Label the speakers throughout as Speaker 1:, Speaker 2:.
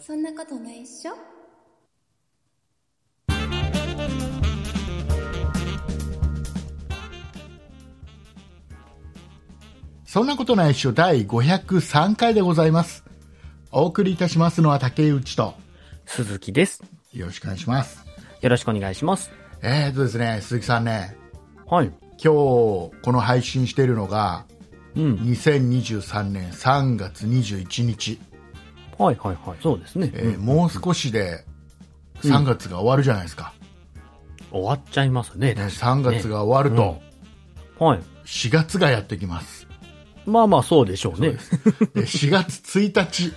Speaker 1: そんなことないっしょ
Speaker 2: そんなことないっしょ第503回でございます。お送りいたしますのは竹内と、
Speaker 3: 鈴木です。
Speaker 2: よろしくお願いします。
Speaker 3: よろしくお願いします。
Speaker 2: えーとですね、鈴木さんね、
Speaker 3: はい。
Speaker 2: 今日この配信しているのが、
Speaker 3: うん。
Speaker 2: 2023年3月21日、
Speaker 3: はいはいはい。そうですね。
Speaker 2: えーもう少しで3月が終わるじゃないですか。
Speaker 3: 終わっちゃいますね。
Speaker 2: ね、3月が終わると、
Speaker 3: はい。
Speaker 2: 4月がやってき ます。
Speaker 3: まあまあそうでしょうね。
Speaker 2: で4月1日、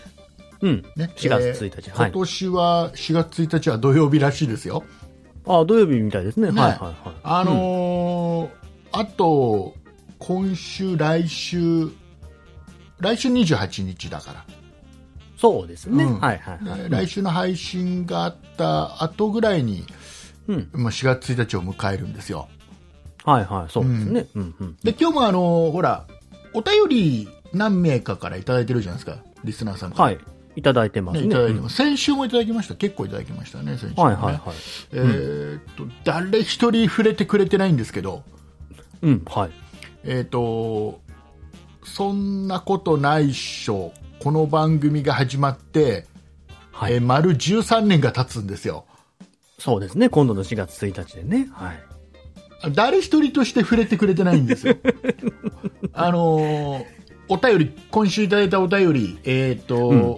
Speaker 3: うん。
Speaker 2: ね、
Speaker 3: 4月1日。
Speaker 2: えー
Speaker 3: は
Speaker 2: 今。
Speaker 3: い
Speaker 2: 年は4月1日は土曜日らしいですよ。
Speaker 3: あ土曜日みたいですね。はい
Speaker 2: ね
Speaker 3: はいはい。
Speaker 2: あのーあと、今週、来週、来週28日だか
Speaker 3: そうですね。
Speaker 2: うん
Speaker 3: はいはい
Speaker 2: ら、
Speaker 3: はい。
Speaker 2: 来週の配信があった後ぐらいに、
Speaker 3: うん。
Speaker 2: まあ4月1日を迎えるんですよ。
Speaker 3: はいはい。そうですね。うんうん。
Speaker 2: で、今日もあのーほら、お便り何名かからいただいてるじゃないですか、リスナーさんから。
Speaker 3: はい。いただいてます
Speaker 2: ね、
Speaker 3: ね。
Speaker 2: いただいて
Speaker 3: うん
Speaker 2: ます先週もいただきました。結構いただきましたね、先週もね、
Speaker 3: はいはいはい。
Speaker 2: えーっと、誰一人触れてくれてないんですけど、
Speaker 3: うん。はい。
Speaker 2: えー、とそんなことないっしょこの番組が始まって、
Speaker 3: はい
Speaker 2: えー丸13年が経つんですよ
Speaker 3: そうですね。今度の4月1日でね。はい。
Speaker 2: 誰一人として触れてくれてないんです よあのーお便り今週いただいたお便りえー、と、
Speaker 3: うん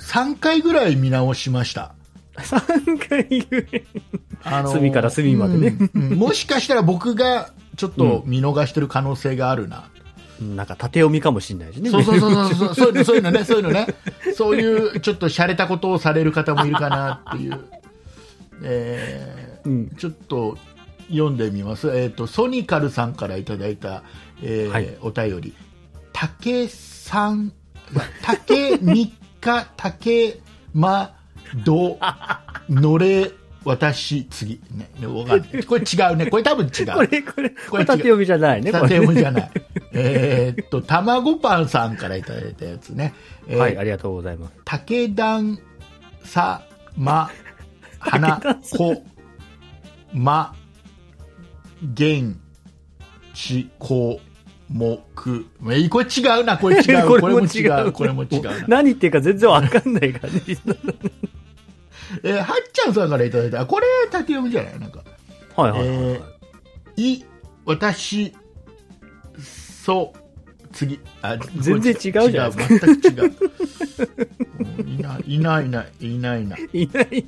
Speaker 2: 3回ぐらい見直しました
Speaker 3: 3回言え。
Speaker 2: あのー
Speaker 3: 隅から隅までね
Speaker 2: うんうんもしかしたら僕がちょっと見逃してる可能性があるな、
Speaker 3: なんか縦読みかもしれないしね。
Speaker 2: そうそうそうそうそう、そういうの、そういうのね、そういうのね。そういう、ちょっと洒落たことをされる方もいるかなっていう。えー
Speaker 3: うん
Speaker 2: ちょっと読んでみます。えっ、と、ソニカルさんからいただいた、えー
Speaker 3: はい
Speaker 2: お便り。竹さん、竹三日、 竹まど、のれ、私、次。ね、ねわかんないこれ違うね。これ多分違う。
Speaker 3: これ、これ、こ
Speaker 2: れ違う
Speaker 3: れ縦読みじゃないね。これ
Speaker 2: 縦読みじゃない。えーっと、卵パンさんからいただいたやつね。えー
Speaker 3: はい、ありがとうございます。
Speaker 2: 竹段さま、花子、ま、げん、ち、こ、もく。えこれ違うな、これ違う。 これも違う、これも違うな。
Speaker 3: 何言ってるか全然わかんない感じ。
Speaker 2: えーはっちゃんさんからいただいた。これ、竹読みじゃないなんか。
Speaker 3: はいはいはい
Speaker 2: えい、私、そう、次。あ
Speaker 3: 全然違うじゃない
Speaker 2: 違う、全く違う。うんいない、いない、いない、いないな。
Speaker 3: いないいない。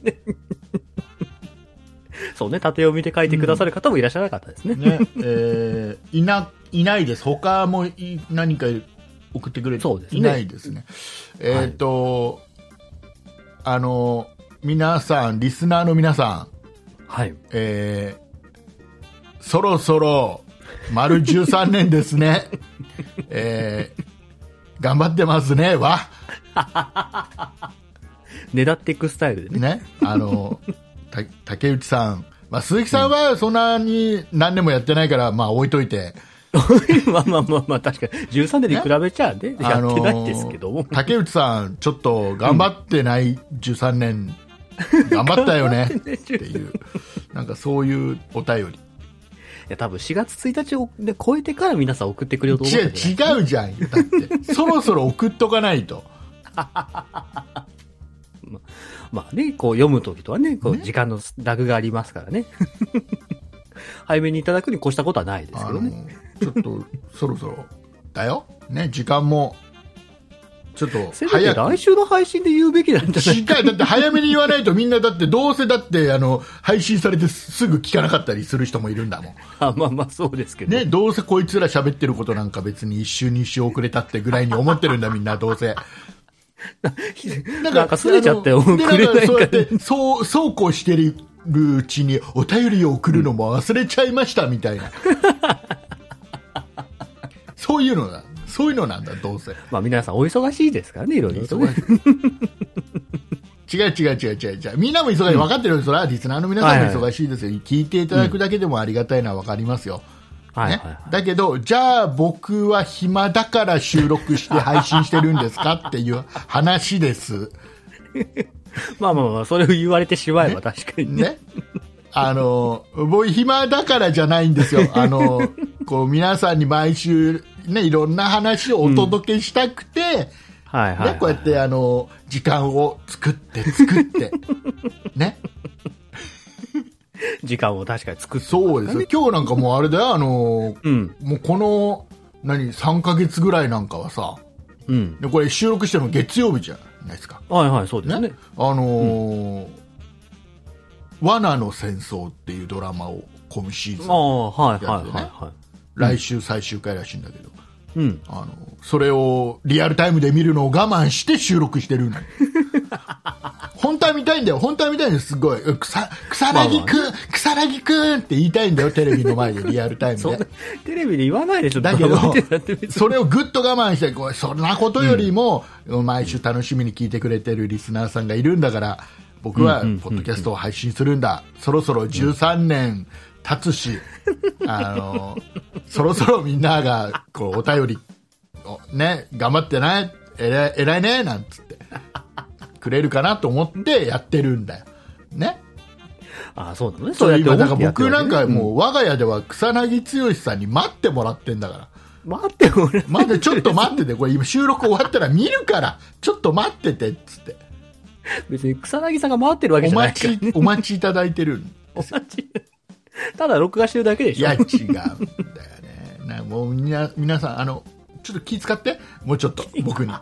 Speaker 3: そうね、縦読みで書いてくださる方もいらっしゃらなかったですね。
Speaker 2: ね、えーいな、いないです。他もい何か送ってくれて、
Speaker 3: そうですね
Speaker 2: いないですね。えっ、と、あの、皆さん、リスナーの皆さん、
Speaker 3: はい。
Speaker 2: えーそろそろ、丸13年ですね。 えー頑張ってますね、わ。
Speaker 3: 狙っていくスタイルでね。
Speaker 2: ね。あの、た竹内さん。まあ、鈴木さんはそんなに何年もやってないから、まあ、置いといて。
Speaker 3: まあまあまあまあ、確かに。13年に比べちゃね、やってないですけども
Speaker 2: あの。ー竹内さん、ちょっと頑張ってない13年、頑張ったよねって いう、なんかそういうお便り。
Speaker 3: いや、多分4月1日を、ね、超えてから皆さん送ってくれようと思っ
Speaker 2: 違う
Speaker 3: てた。
Speaker 2: 違うじゃんよだって、そろそろ送っとかないと。
Speaker 3: まあね、こう読むときとはね、こう時間のラグがありま すからね。早めにいただくに越したことはないです
Speaker 2: あ
Speaker 3: け
Speaker 2: の
Speaker 3: どね。
Speaker 2: ーちょっと、そろそろ、だよ。ね、時間も、ちょっと
Speaker 3: せめて
Speaker 2: 早く。
Speaker 3: 来週の配信で言うべきなんじゃない
Speaker 2: しっか りだって早めに言わないとみんなだって、どうせだって、あの、配信されてすぐ聞かなかったりする人もいるんだもん。
Speaker 3: あ まあまあそうですけど。
Speaker 2: ね、どうせこいつら喋ってることなんか別に一週二週遅れたってぐらいに思ってるんだみんなどうせ。な
Speaker 3: なんかすれちゃったよ
Speaker 2: あので
Speaker 3: くれない
Speaker 2: んかそうやっ
Speaker 3: から
Speaker 2: て、そう、そうこうしてるうちにお便りを送るのも忘れちゃいましたみたいな。そういうのだ。そういうのなんだ、どうせ。
Speaker 3: まあ皆さんお忙しいですからね、いろいろとね。
Speaker 2: 違う違う違う違う違う。みんなも忙しい。分かってるよ。それはリスナーの皆さんも忙しいですよ。聞いていただくだけでもありがたいのは分かりますよ。
Speaker 3: はい
Speaker 2: ね
Speaker 3: はいはい
Speaker 2: だけど、じゃあ僕は暇だから収録して配信してるんですかっていう話です。
Speaker 3: まあまあまあ、それを言われてしまえば確かにね。
Speaker 2: ね。あの、僕暇だからじゃないんですよ。あの、こう皆さんに毎週ね、いろんな話をお届けしたくて、
Speaker 3: はいはい、はい。
Speaker 2: ね、こうやってあの時間を作って作 って、ね、
Speaker 3: 時間を確かに作って。
Speaker 2: そうですよ今日なんかもうあれだよあの
Speaker 3: うん。
Speaker 2: もうこの何3ヶ月ぐらいなんかはさ
Speaker 3: うん。
Speaker 2: でこれ収録してるの月曜日じゃないですか、
Speaker 3: はいはい、そうです
Speaker 2: ね
Speaker 3: ね。
Speaker 2: あのー罠の戦争」っていうドラマを今シーズ
Speaker 3: あ
Speaker 2: ン
Speaker 3: あ、はい
Speaker 2: や
Speaker 3: は
Speaker 2: つ
Speaker 3: い
Speaker 2: ね
Speaker 3: はいは
Speaker 2: 来週最終回らしいんだけど
Speaker 3: い。うん。
Speaker 2: あのそれをリアルタイムで見るのを我慢して収録して るの本当は見たいんだよ本当は見たいんですすごい草草薙くん、草薙くんって言いたいんだよテレビの前でリアルタイム
Speaker 3: そん
Speaker 2: で
Speaker 3: な、テレビで言わないでしょ、
Speaker 2: だけど
Speaker 3: う見てたって別に
Speaker 2: それをぐっと我慢してこうそんなことよりも、毎週楽しみに聞いてくれてるリスナーさんがいるんだから僕は
Speaker 3: うんうんうんうん
Speaker 2: ポッドキャストを配信するんだ、そろそろ13年経つ し、あのそろそろみんながこうお便りを、ね、頑張ってねえらい偉いねなんつってくれるかなと思ってやってるんだよ。ね、
Speaker 3: ああ、そうなのね。
Speaker 2: そ
Speaker 3: そう
Speaker 2: れ
Speaker 3: やって
Speaker 2: 今
Speaker 3: 思
Speaker 2: だ
Speaker 3: っ
Speaker 2: か
Speaker 3: て
Speaker 2: ら
Speaker 3: やって
Speaker 2: 僕
Speaker 3: るわ
Speaker 2: な
Speaker 3: け
Speaker 2: ん
Speaker 3: ね
Speaker 2: かもう、我が家では草薙剛さんに待ってもらってんだから
Speaker 3: うん待って、俺。
Speaker 2: まだちょっと待ってて、これ今収録終わったら見るから、ちょっと待ってて、っつって。
Speaker 3: 別に草薙さんが回ってるわけ
Speaker 2: お
Speaker 3: じゃないから
Speaker 2: 待ち、お待ちいただいてる。
Speaker 3: お待ち。ただ録画してるだけで
Speaker 2: い
Speaker 3: しょ
Speaker 2: や、。違うんだよね。なもうみな、皆さん、あの、ちょっと気使って、もうちょっ と、僕に。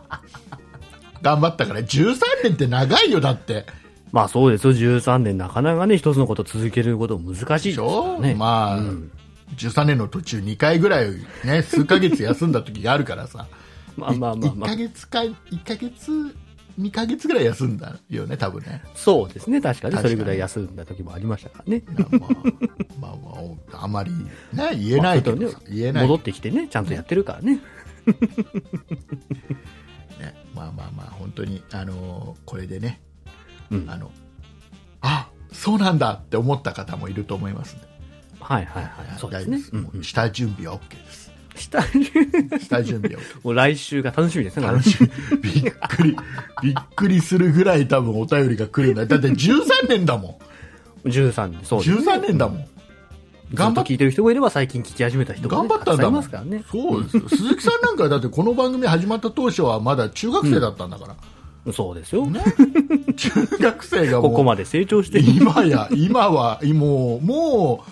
Speaker 2: 頑張ったから、13年って長いよ、だって。
Speaker 3: まあそうですよ、13年。なかなかね、一つのことを続けること難しいです
Speaker 2: でし
Speaker 3: から
Speaker 2: ょ、
Speaker 3: ね。
Speaker 2: まあ、
Speaker 3: うん
Speaker 2: 13年の途中2回ぐらい、ね、数ヶ月休んだ時があるからさ。
Speaker 3: まあまあまあ
Speaker 2: 1
Speaker 3: まあ
Speaker 2: ヶ。月か、一ヶ月、2ヶ月ぐらい休んだよね、多分ね。
Speaker 3: そうですね、確かに。
Speaker 2: 確
Speaker 3: そ
Speaker 2: かに
Speaker 3: れぐらい休んだ時もありましたからね。
Speaker 2: まあ、まあ、まあ、あまり、ね、言えないけど
Speaker 3: まあ
Speaker 2: さ
Speaker 3: ちょっとね
Speaker 2: 言えないけ
Speaker 3: 戻
Speaker 2: ど
Speaker 3: ってきてね、ちゃんとやってるからね。
Speaker 2: ね、まあまあまあ、本当に、あのーこれでね、
Speaker 3: うん
Speaker 2: あの、あそうなんだって思った方もいると思いますんで
Speaker 3: はいはいはい。そうですね
Speaker 2: 大丈。夫
Speaker 3: うん
Speaker 2: もう下準備は OK です。
Speaker 3: 下に、
Speaker 2: 下準備は OK。
Speaker 3: もう来週が楽しみですね。
Speaker 2: 楽 しみびっくり、びっくりするぐらい多分お便りが来るんだよだって13年だも
Speaker 3: 13年、そ
Speaker 2: ん。
Speaker 3: うです。
Speaker 2: 13年だもん。頑
Speaker 3: 頑張
Speaker 2: 張
Speaker 3: っ
Speaker 2: っ
Speaker 3: と聞いてる人もいれば、最近聞き始めた人も、
Speaker 2: 頑張
Speaker 3: ね、
Speaker 2: ったん
Speaker 3: たくさ
Speaker 2: だ
Speaker 3: んい
Speaker 2: もん
Speaker 3: ますからね。
Speaker 2: そうです よ。鈴木さんなんかだってこの番組始まった当初はまだ中学生だったんだから。
Speaker 3: そうですよ。
Speaker 2: ね、中学生がもう
Speaker 3: ここまで成長して、
Speaker 2: 今や今はもうもう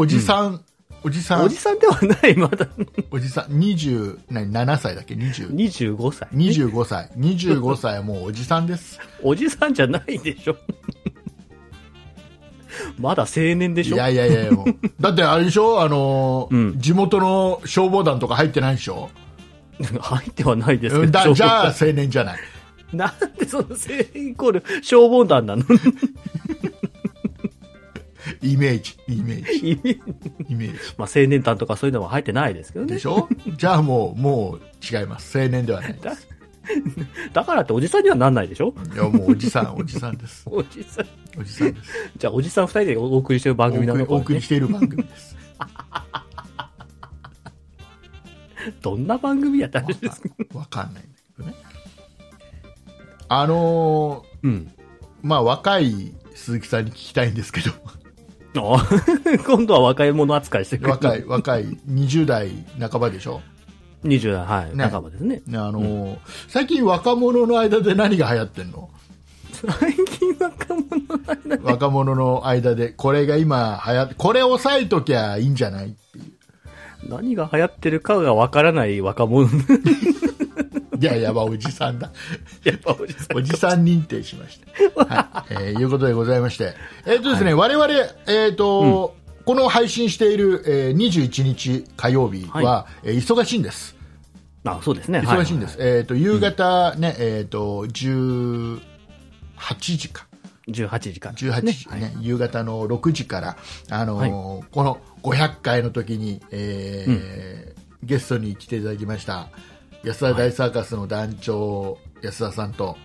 Speaker 2: おじさん、おじさん
Speaker 3: おじさんではない、まだ
Speaker 2: おじさん20何7歳だっけ20
Speaker 3: 25歳。
Speaker 2: 25歳25歳はもうおじさんです
Speaker 3: おじさんじゃないでしょ。 まだ青年で
Speaker 2: い
Speaker 3: しょ。
Speaker 2: やいやいやもうだってあれでしょあの、
Speaker 3: うん
Speaker 2: 地元の消防団とか入ってないでしょ
Speaker 3: 入ってはないですけど。
Speaker 2: だじゃあ
Speaker 3: 消
Speaker 2: 青年じゃない
Speaker 3: 防団なんでその青年イコール消防団なの
Speaker 2: イメージイメージ
Speaker 3: 意味
Speaker 2: イメージ
Speaker 3: まあ青年団とかそういうのは入ってないですけど
Speaker 2: で
Speaker 3: ね
Speaker 2: し。ょ じゃあもうもう違います青年ではない
Speaker 3: だだからっておじさんにはなんないでしょ
Speaker 2: いやもうおじさんおじさんです
Speaker 3: おじさん。
Speaker 2: おじさんです
Speaker 3: じゃあおじさん二人でお送りしてる 番組なの
Speaker 2: お
Speaker 3: か、
Speaker 2: 送り
Speaker 3: ね
Speaker 2: し、ている番組です
Speaker 3: どんな番組やったん
Speaker 2: わ
Speaker 3: で
Speaker 2: か
Speaker 3: す
Speaker 2: んわかんないんだけどね。あのー
Speaker 3: うん。
Speaker 2: まあ若い鈴木さんに聞きたいんですけ ど、
Speaker 3: あ あ今度は若い者扱いしてくる。
Speaker 2: 若い、。若い、20代半ばでしょ
Speaker 3: 20代、はい。
Speaker 2: ね
Speaker 3: 半ばですね。
Speaker 2: ね、あのー最近若者の間で何が流行ってんの
Speaker 3: 最近若者なんだ
Speaker 2: 若者の間で、これが今流行って、これ押さえときゃいいんじゃないっていう。
Speaker 3: 何が流行ってるかがわからない若者。
Speaker 2: いやいや、まあおじさんだ。
Speaker 3: やっぱおじさん。
Speaker 2: おじさん認定しました。はい。えーいうことでございまして。えっ、とですね、我々、えっ、と、この配信している、えー21日火曜日は、
Speaker 3: は
Speaker 2: えー忙しいんです。
Speaker 3: あ、そうですね。は
Speaker 2: 忙しいんです。。えっ、と、夕方ね、えっ、と、18時か。
Speaker 3: 18時から。
Speaker 2: 18時ね夕方の6時から、あのーこの500回の時に、えーゲストに来ていただきました安田大サーカスの団長、安田さんと、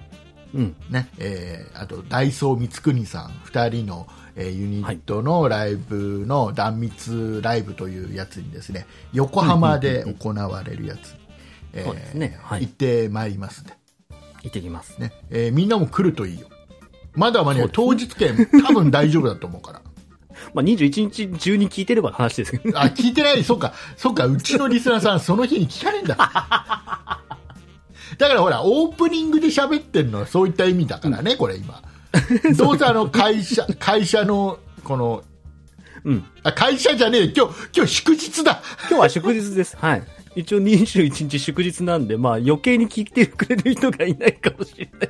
Speaker 3: うん。
Speaker 2: ねえーあとダイソー光国さん2人の、えーユニットのライブの断密ライブというやつにですね横浜で行われるやつ、えー
Speaker 3: そうですねはい
Speaker 2: 行ってまいりますんで、
Speaker 3: 行ってきます。
Speaker 2: ねえーみんなも来るといいよまだ間に合う
Speaker 3: そ
Speaker 2: 当日券多分大丈夫だと思うから
Speaker 3: まあ、21日中に聞いてればの話ですけどね。
Speaker 2: あ聞いてない、そうか、そうか、うちのリスナーさん、その日に聞かねえんだ。だからほら、オープニングで喋ってるのはそういった意味だからね、これ今。どうせあの会社、会社の、この、
Speaker 3: うん。
Speaker 2: あ、会社じゃねえ、今日、今日祝日だ。
Speaker 3: 今日は祝日です。はい。一応21日祝日なんで、まあ余計に聞いてくれる人がいないかもしれない。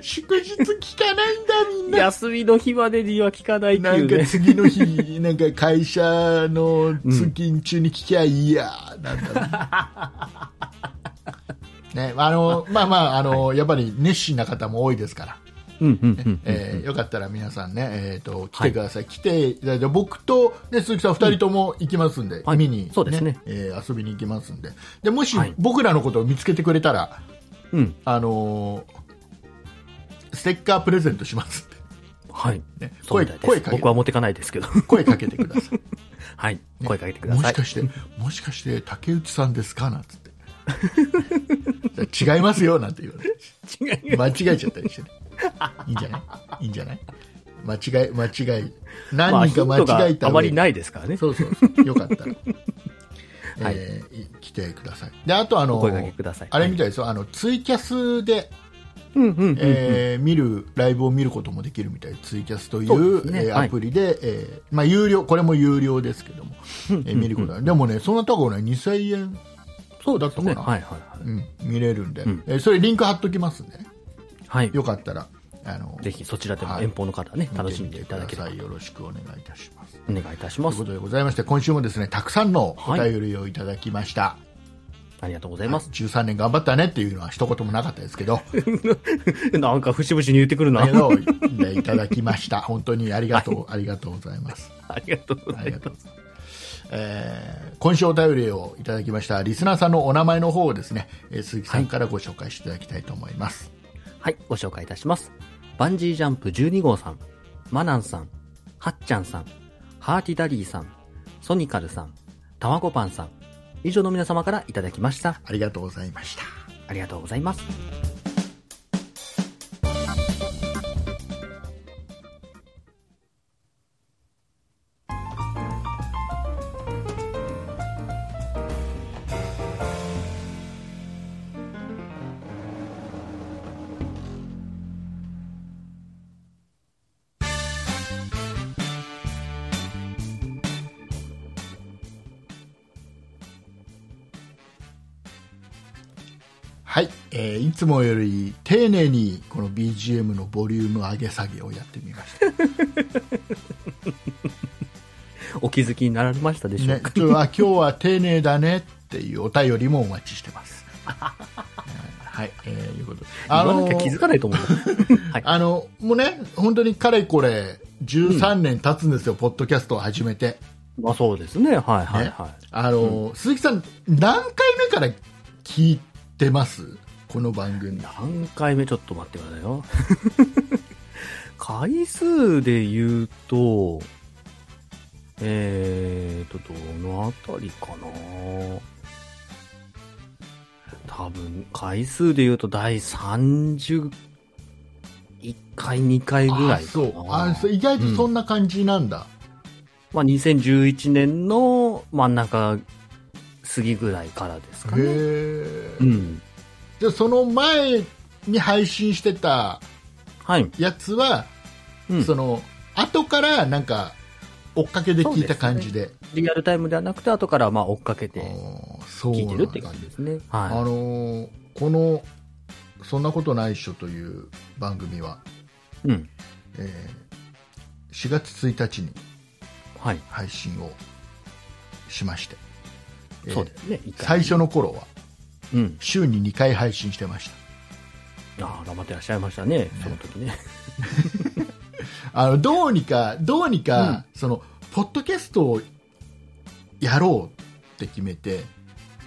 Speaker 2: 祝日聞かないんだ、みんな。
Speaker 3: 休みの日までには聞かないって
Speaker 2: ないん
Speaker 3: う
Speaker 2: か
Speaker 3: ね。
Speaker 2: 次の 日、なんか会社の通勤中に聞きゃいいや、なんだろうね、あ の、まあまあ、あの、やっぱり熱心な方も多いですから。
Speaker 3: うんうんうん。
Speaker 2: えーよかったら皆さんね、えー、と来てください、来ていただいて僕と、ね、鈴木さん2人とも行きますんで、
Speaker 3: はい
Speaker 2: 見に、
Speaker 3: そうですね
Speaker 2: えー遊びに行きますんででもし
Speaker 3: はい
Speaker 2: 僕らのことを見つけてくれたら、
Speaker 3: うん。
Speaker 2: あのーステッカープレゼントしますんで、
Speaker 3: はい。
Speaker 2: ね、
Speaker 3: そう
Speaker 2: 声
Speaker 3: みたいで
Speaker 2: 声
Speaker 3: す。
Speaker 2: かけ
Speaker 3: 僕は持ってかないですけど。
Speaker 2: 声かけてください
Speaker 3: はい。 声かけてくだ
Speaker 2: も
Speaker 3: さ
Speaker 2: し
Speaker 3: い。
Speaker 2: かしてもしかして竹内さんですかなんつって違いますよなんて言われて。
Speaker 3: 違う。
Speaker 2: 間違えちゃったりしてね。いいんじゃないいいんじゃない間違い、間違い。
Speaker 3: まあ
Speaker 2: 何
Speaker 3: ヒ
Speaker 2: 人
Speaker 3: ン
Speaker 2: か間
Speaker 3: トが
Speaker 2: 違えた
Speaker 3: あ
Speaker 2: 上
Speaker 3: ま
Speaker 2: で
Speaker 3: りないですからね。
Speaker 2: そうそうそう。よかった ら。
Speaker 3: はい
Speaker 2: えーい来てください。で、あとあ
Speaker 3: お
Speaker 2: の
Speaker 3: 声掛け、ください。
Speaker 2: あれみたいですよ。あの、ツイキャスで、
Speaker 3: うんうんうん。
Speaker 2: えー見る、ライブを見ることもできるみたい。ツイキャスとい
Speaker 3: そう
Speaker 2: う
Speaker 3: ですね
Speaker 2: えー
Speaker 3: はい
Speaker 2: アプリで、えーまあ、有料、これも有料ですけど も、えー見ることがでもね、そんなとこね、2000円、そうだったか
Speaker 3: ね
Speaker 2: な。
Speaker 3: はいはいはい。
Speaker 2: うん、見れるんで、
Speaker 3: ん
Speaker 2: えーそれリンク貼っときますんでね。
Speaker 3: はい。
Speaker 2: よかったら、あの、
Speaker 3: ぜひそちらでも
Speaker 2: はい
Speaker 3: 遠方の方はね、楽しんでい
Speaker 2: 見て
Speaker 3: た
Speaker 2: み
Speaker 3: だ
Speaker 2: て
Speaker 3: け
Speaker 2: く
Speaker 3: れ
Speaker 2: だ
Speaker 3: ば
Speaker 2: さい。よろしくお願いいたします。
Speaker 3: お願いいたし
Speaker 2: と
Speaker 3: ま
Speaker 2: いう
Speaker 3: す
Speaker 2: こ。とでございまして、今週もですね、たくさんのお
Speaker 3: はい
Speaker 2: 便りをいただきました。
Speaker 3: ありがとうございます。
Speaker 2: 13年頑張ったねっていうのは一言もなかったですけど、
Speaker 3: なんか節々に言ってくるな
Speaker 2: だけ。ど、ねいただきました。本当にありがとう、ありがとうございます。
Speaker 3: ありがとうござ
Speaker 2: あり
Speaker 3: い
Speaker 2: がと
Speaker 3: ま
Speaker 2: う
Speaker 3: す
Speaker 2: ご。ざいます。えー今週お便りをいただきましたリスナーさんのお名前の方をですね、えー鈴木さんからご紹介していただきたいと思います。
Speaker 3: はい、ご紹介いたします。バンジージャンプ12号さん、マナンさん、ハッチャンさん、ハーティダリーさん、ソニカルさん、たまごパンさん、以上の皆様からいただきました。
Speaker 2: ありがとうございました。
Speaker 3: ありがとうございます。
Speaker 2: はい、えーいつもより丁寧にこの BGM のボリューム上げ下げをやってみま した、
Speaker 3: お気づきになられましたでしょう
Speaker 2: ね
Speaker 3: か、、
Speaker 2: ちょっとあ今日は丁寧だねっていうお便りもお待ちして ます、えーはい、えーいうことであ
Speaker 3: 言わ
Speaker 2: の
Speaker 3: なきゃ気づかないと思う。 はい。
Speaker 2: あのもうね本当にかれこれ13年経つんですよ、ポッドキャストを始めて、
Speaker 3: まあそうですね。はいはい
Speaker 2: ね
Speaker 3: はい。
Speaker 2: あの鈴木さん何回目から聞いてますこの番組
Speaker 3: 何回目ちょっと待ってくださいよ。回数で言うと、えーと、どのあたりかな多分、回数で言うと第31回、2回ぐら
Speaker 2: あ
Speaker 3: いか
Speaker 2: そ
Speaker 3: な
Speaker 2: うあそう意外とそんな感じなんだ、
Speaker 3: まあ、2011年の真ん中過ぎぐらいからですか
Speaker 2: へ
Speaker 3: ね。
Speaker 2: え
Speaker 3: うん。
Speaker 2: じゃあその前に配信してた
Speaker 3: はい。
Speaker 2: やつは、
Speaker 3: うん
Speaker 2: その後からなんか追っかけで聞いた感じで
Speaker 3: リアルタイムではなくて、後からまあ追っかけて
Speaker 2: あーそう
Speaker 3: 聞いてるって
Speaker 2: なん
Speaker 3: 感
Speaker 2: だ
Speaker 3: じですね。はい。
Speaker 2: あのーこの「そんなことないっしょ」という番組は、
Speaker 3: うん。
Speaker 2: えー4月1日に
Speaker 3: はい。
Speaker 2: 配信をしまして、えー
Speaker 3: そうですね。一回
Speaker 2: 最初の頃は
Speaker 3: うん。
Speaker 2: 週に2回配信してました
Speaker 3: ああ、頑張ってらっしゃいましたね。その時ね。
Speaker 2: あのどうにか、どうにか、そのポッドキャストをやろうって決めて、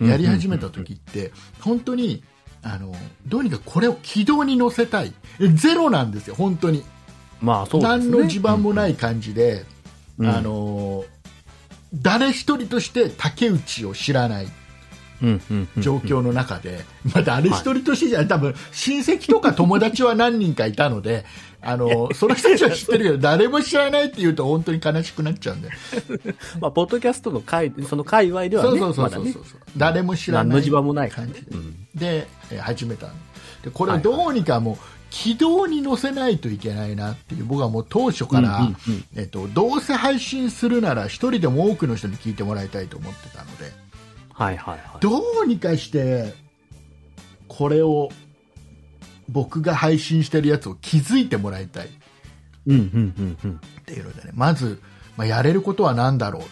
Speaker 2: やり始めた時って、本当にあのどうにかこれを軌道に乗せたい、えゼロなんですよ、本当に、
Speaker 3: うん まあそうです
Speaker 2: 何
Speaker 3: ね。
Speaker 2: の地盤もない感じで、
Speaker 3: うん、
Speaker 2: あのー誰一人として竹内を知らない
Speaker 3: うんうんうん
Speaker 2: 状況の中で、まあ、誰一人としてじゃない、多分親戚とか友達は何人かいたので、あのーその人たちは知ってるけど、誰も知らないって言うと、本当に悲しくなっちゃうんで、
Speaker 3: まあ、ポッドキャストの界、その界隈では
Speaker 2: そう
Speaker 3: ね、
Speaker 2: そうそ
Speaker 3: ま
Speaker 2: うそ
Speaker 3: だ
Speaker 2: う
Speaker 3: ね
Speaker 2: そう、、誰も知らない
Speaker 3: 何の地盤もない感
Speaker 2: 感
Speaker 3: じ
Speaker 2: じ
Speaker 3: で。うん
Speaker 2: で、えー始めたんで、これをどうにかもう、軌道に乗せないといけないなっていう、僕はもう当初から、
Speaker 3: うんうんうん
Speaker 2: えっと、どうせ配信するなら、一人でも多くの人に聞いてもらいたいと思ってたので。
Speaker 3: はいはいはい。
Speaker 2: どうにかしてこれを僕が配信してるやつを気づいてもらいたいっ
Speaker 3: うんうんうん
Speaker 2: ていうのでねまず、まあ、やれることは何だろ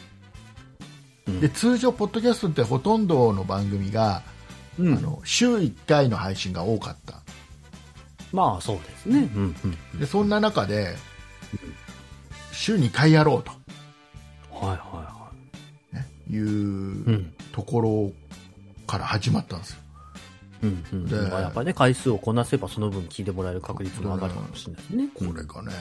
Speaker 2: う、
Speaker 3: うん
Speaker 2: で通常、ポッドキャストってほとんどの番組が、
Speaker 3: うん。う
Speaker 2: あ
Speaker 3: ん、
Speaker 2: の週1回の配信が多かった
Speaker 3: まあそうですね。うんうんうん。
Speaker 2: でそんな中で週2回やろうと
Speaker 3: はいはいは
Speaker 2: いう
Speaker 3: い。うん。
Speaker 2: ところから始まったんですよ。
Speaker 3: うんうん、
Speaker 2: で
Speaker 3: まあやっぱりね、回数をこなせばその分聞いてもらえる確率も上がるかもしれないですね。
Speaker 2: これがね、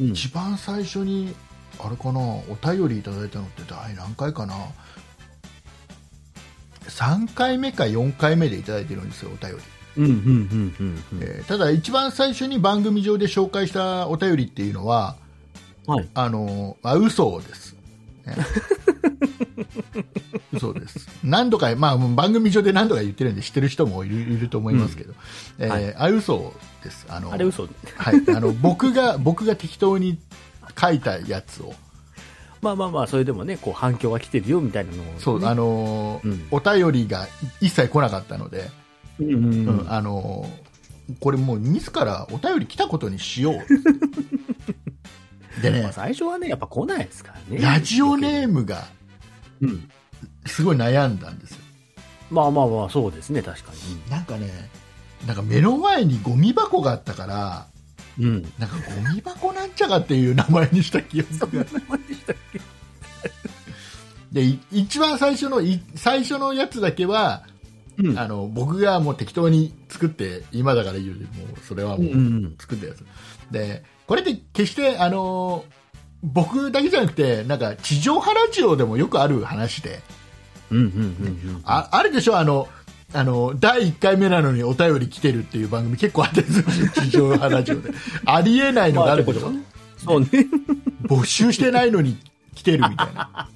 Speaker 3: うん、
Speaker 2: 一番最初にあれかなお便りいただいたのって第何回かな3回目か4回目でいただいてるんですよお便り、
Speaker 3: うんうんうんうんうん。
Speaker 2: えーただ一番最初に番組上で紹介したお便りっていうのは
Speaker 3: はい。
Speaker 2: あのまあ嘘です、 ね、嘘です何度か、まあ、もう番組上で何度か言ってるんで知ってる人もいるいると思いますけど、えー
Speaker 3: はい
Speaker 2: あ嘘ですあの
Speaker 3: あれ嘘。
Speaker 2: はい、あの僕が僕が適当に書いたやつを
Speaker 3: まあまあまあ、それでもね、こう反響が来てるよみたいなのを、ね。
Speaker 2: そう、あのー
Speaker 3: うん
Speaker 2: お便りが一切来なかったので、
Speaker 3: うんうんう。
Speaker 2: うんんあのーこれもう自らお便り来たことにし よう。で
Speaker 3: ま
Speaker 2: ね
Speaker 3: あ、最初はね、やっぱ来ないですからね。
Speaker 2: ラジオネームが
Speaker 3: うん。
Speaker 2: すごい悩んだんですよ。
Speaker 3: まあまあまあ、そうですね、確かに。
Speaker 2: なんかね、なんか目の前にゴミ箱があったから、
Speaker 3: うん。
Speaker 2: なんかゴミ箱なんちゃかっていう名前にした記憶が。で、い一番最初の、い最初のやつだけは、
Speaker 3: うん。
Speaker 2: あの僕がもう適当に作って今だから言うよりもうそれはもう
Speaker 3: うん
Speaker 2: 作ったやつ、でこれって決してあの僕だけじゃなくてなんか地上波ラジオでもよくある話で
Speaker 3: うんうんうん
Speaker 2: ああるでしょあのあの第1回目なのにお便り来てるっていう番組結構あったりする地上波ラジオでありえない
Speaker 3: うん。
Speaker 2: のがある
Speaker 3: こ
Speaker 2: でしょ、
Speaker 3: そうね。
Speaker 2: 募集してないのに来てるみたいな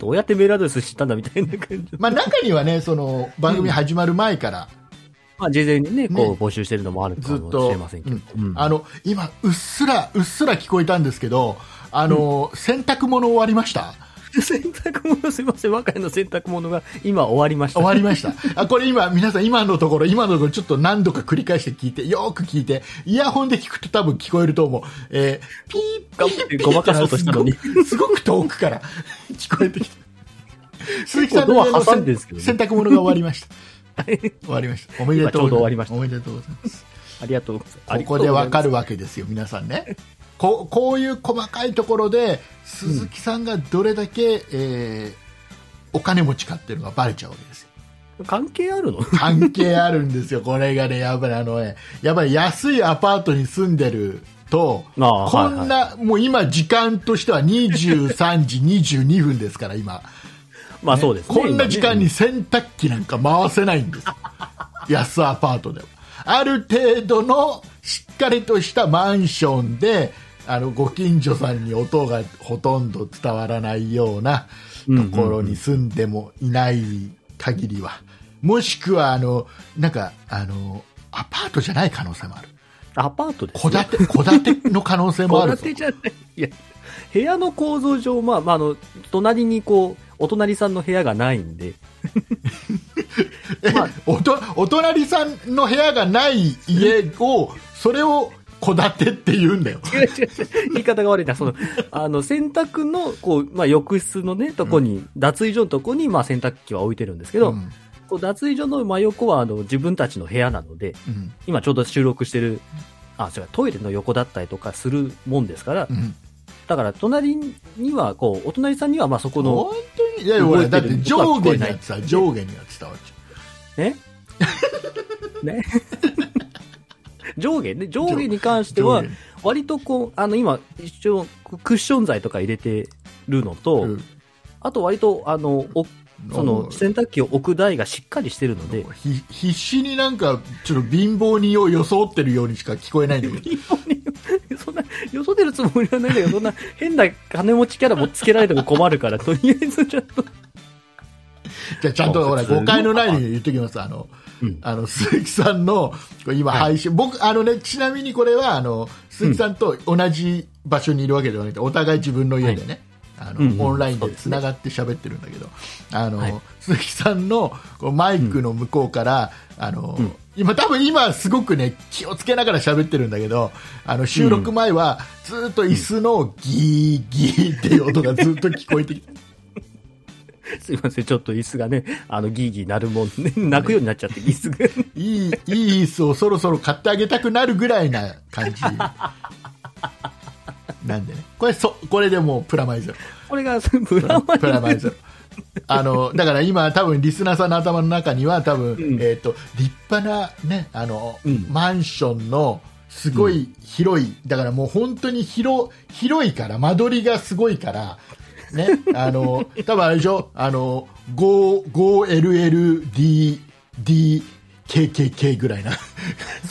Speaker 3: どうやってメールアドレス知ったんだみたいな感じ。
Speaker 2: まあ中にはねその番組始まる前から、
Speaker 3: まあ、事前にね、こう、
Speaker 2: ね
Speaker 3: 募集してるのもあるか
Speaker 2: ずっ
Speaker 3: もし
Speaker 2: と
Speaker 3: れませんけど。
Speaker 2: うん
Speaker 3: あ
Speaker 2: あの今うっすらうっすら聞こえたんですけどあの、洗濯物終わりました
Speaker 3: 洗濯物、すいません、若いの洗濯物が今終わりました。
Speaker 2: 終わりました あこれ今皆さん今のところ今のところちょっと何度か繰り返して聞いてよーく聞いてイヤホンで聞くと多分聞こえると思う、えー、ピーピ
Speaker 3: 頑張
Speaker 2: ー
Speaker 3: っ
Speaker 2: ピ
Speaker 3: て
Speaker 2: ー
Speaker 3: ごまかそうとしたのに
Speaker 2: すごくすごく遠くから 聞こえてきた鈴木さんの家
Speaker 3: ド
Speaker 2: の
Speaker 3: ア挟んでるんですけどね
Speaker 2: 洗洗濯物が終わりま した終わりましたおめでとう
Speaker 3: 今ちょうど終わりました
Speaker 2: おめでとうございます
Speaker 3: ありがとうございます。
Speaker 2: ここでわかる
Speaker 3: わ。
Speaker 2: わけですよ、皆さんね。こうこういう細かいところで、鈴木さんがどれだけ、えーお金持ちかっていうのがバレちゃうわけですよ。
Speaker 3: 関係あるの
Speaker 2: 関係あるんですよ、これがね、やっぱりあのね、やっぱり安いアパートに住んでると、
Speaker 3: ああ
Speaker 2: こんな、
Speaker 3: は
Speaker 2: もう今、時間としては23時22分ですから、今。
Speaker 3: まあそうですね。
Speaker 2: こんな時間
Speaker 3: 今ね。
Speaker 2: に洗濯機なんか回せないん ですよ安アパートではある程度のしっかりとしたマンションであのご近所さんに音がほとんど伝わらないようなところに住んでもいない限りは、もしくはあのなんかあのアパートじゃない可能性もある
Speaker 3: アパートです
Speaker 2: 戸
Speaker 3: よ。
Speaker 2: 建て戸建ての可能性もある
Speaker 3: 戸
Speaker 2: ぞ
Speaker 3: 建てじゃない。いや、部屋の構造上、まあ、まあ、あの、隣にこう、お隣さんの部屋がないんで、
Speaker 2: えおとお隣さんの部屋がない家をそれを戸建てって言うんだよ
Speaker 3: 違う違う違う言い方が悪いな。その、あの、洗濯の、こう、まあ、浴室のね、とこに、脱衣所のとこに、まあ、洗濯機は置いてるんですけど、
Speaker 2: うん
Speaker 3: こう脱衣所の真横は、あの、自分たちの部屋なので、
Speaker 2: うん
Speaker 3: 今ちょうど収録してる、あ、違う、トイレの横だったりとかするもんですから
Speaker 2: う、ん
Speaker 3: だから、隣には、こう、お隣さんには、まあ、そこの
Speaker 2: 本、当にいや
Speaker 3: 動い
Speaker 2: 俺
Speaker 3: て
Speaker 2: だっ
Speaker 3: る
Speaker 2: て
Speaker 3: 音
Speaker 2: 上
Speaker 3: は聞こ
Speaker 2: 下
Speaker 3: え
Speaker 2: に
Speaker 3: ない
Speaker 2: はさ 上下には伝わっちゃ
Speaker 3: ねね上下ね、上下に関しては
Speaker 2: 上、下
Speaker 3: 割とこう、あの、今、一応、クッション材とか入れてるのと、
Speaker 2: うん
Speaker 3: あと割と、あの、おそ
Speaker 2: お
Speaker 3: の、洗濯機を置く台がしっかりしてる ので、
Speaker 2: ひ必死になんかちょっと貧乏人を装ってるようにしか聞こえないん だけど
Speaker 3: 貧乏に、そんな、よそ出るつもりはないんだけど、そんな変な金持ちキャラもつけられても困るから、とりあえずちょっと、
Speaker 2: じゃあちゃんとほら
Speaker 3: 普通に
Speaker 2: 誤解のないように言ってきますあの、
Speaker 3: うん
Speaker 2: あの鈴木さんのこれ今
Speaker 3: はい
Speaker 2: 配信、僕あのねちなみにこれはあの鈴木さんと同じ場所にいるわけではなくて、お互い自分の家でね、あの
Speaker 3: うんうん
Speaker 2: オンライン
Speaker 3: そう
Speaker 2: で
Speaker 3: です
Speaker 2: つ
Speaker 3: ね
Speaker 2: ながって喋ってるんだけど、あの、
Speaker 3: はい
Speaker 2: 鈴木さんのこうマイクの向こうから、あの、
Speaker 3: うん
Speaker 2: 今多分今すごくね気をつけながら喋ってるんだけどあの収録前はずっと椅子のギーギーっていう音がずっと聞こえてきて、
Speaker 3: すいません、ちょっと椅子がね、あの、ギーギー鳴るもんね、泣くようになっちゃって、椅子 が。
Speaker 2: いい、いい椅子をそろそろ買ってあげたくなるぐらいな感じ。なんでね。これ、そ、これでもうプラマイゼロ。
Speaker 3: これが、ブ
Speaker 2: プ
Speaker 3: ラ
Speaker 2: ラ
Speaker 3: マ ニ
Speaker 2: プラマイゼロ。あの、だから今多分リスナーさんの頭の中には多分、
Speaker 3: うん
Speaker 2: えっ、と、立派なね、あの、
Speaker 3: うん
Speaker 2: マンションのすごい広い、だからもう本当に広、広いから、間取りがすごいから、ね、あの、多分あれでしょ、あの、5、5LLD、D、KKK ぐらいな。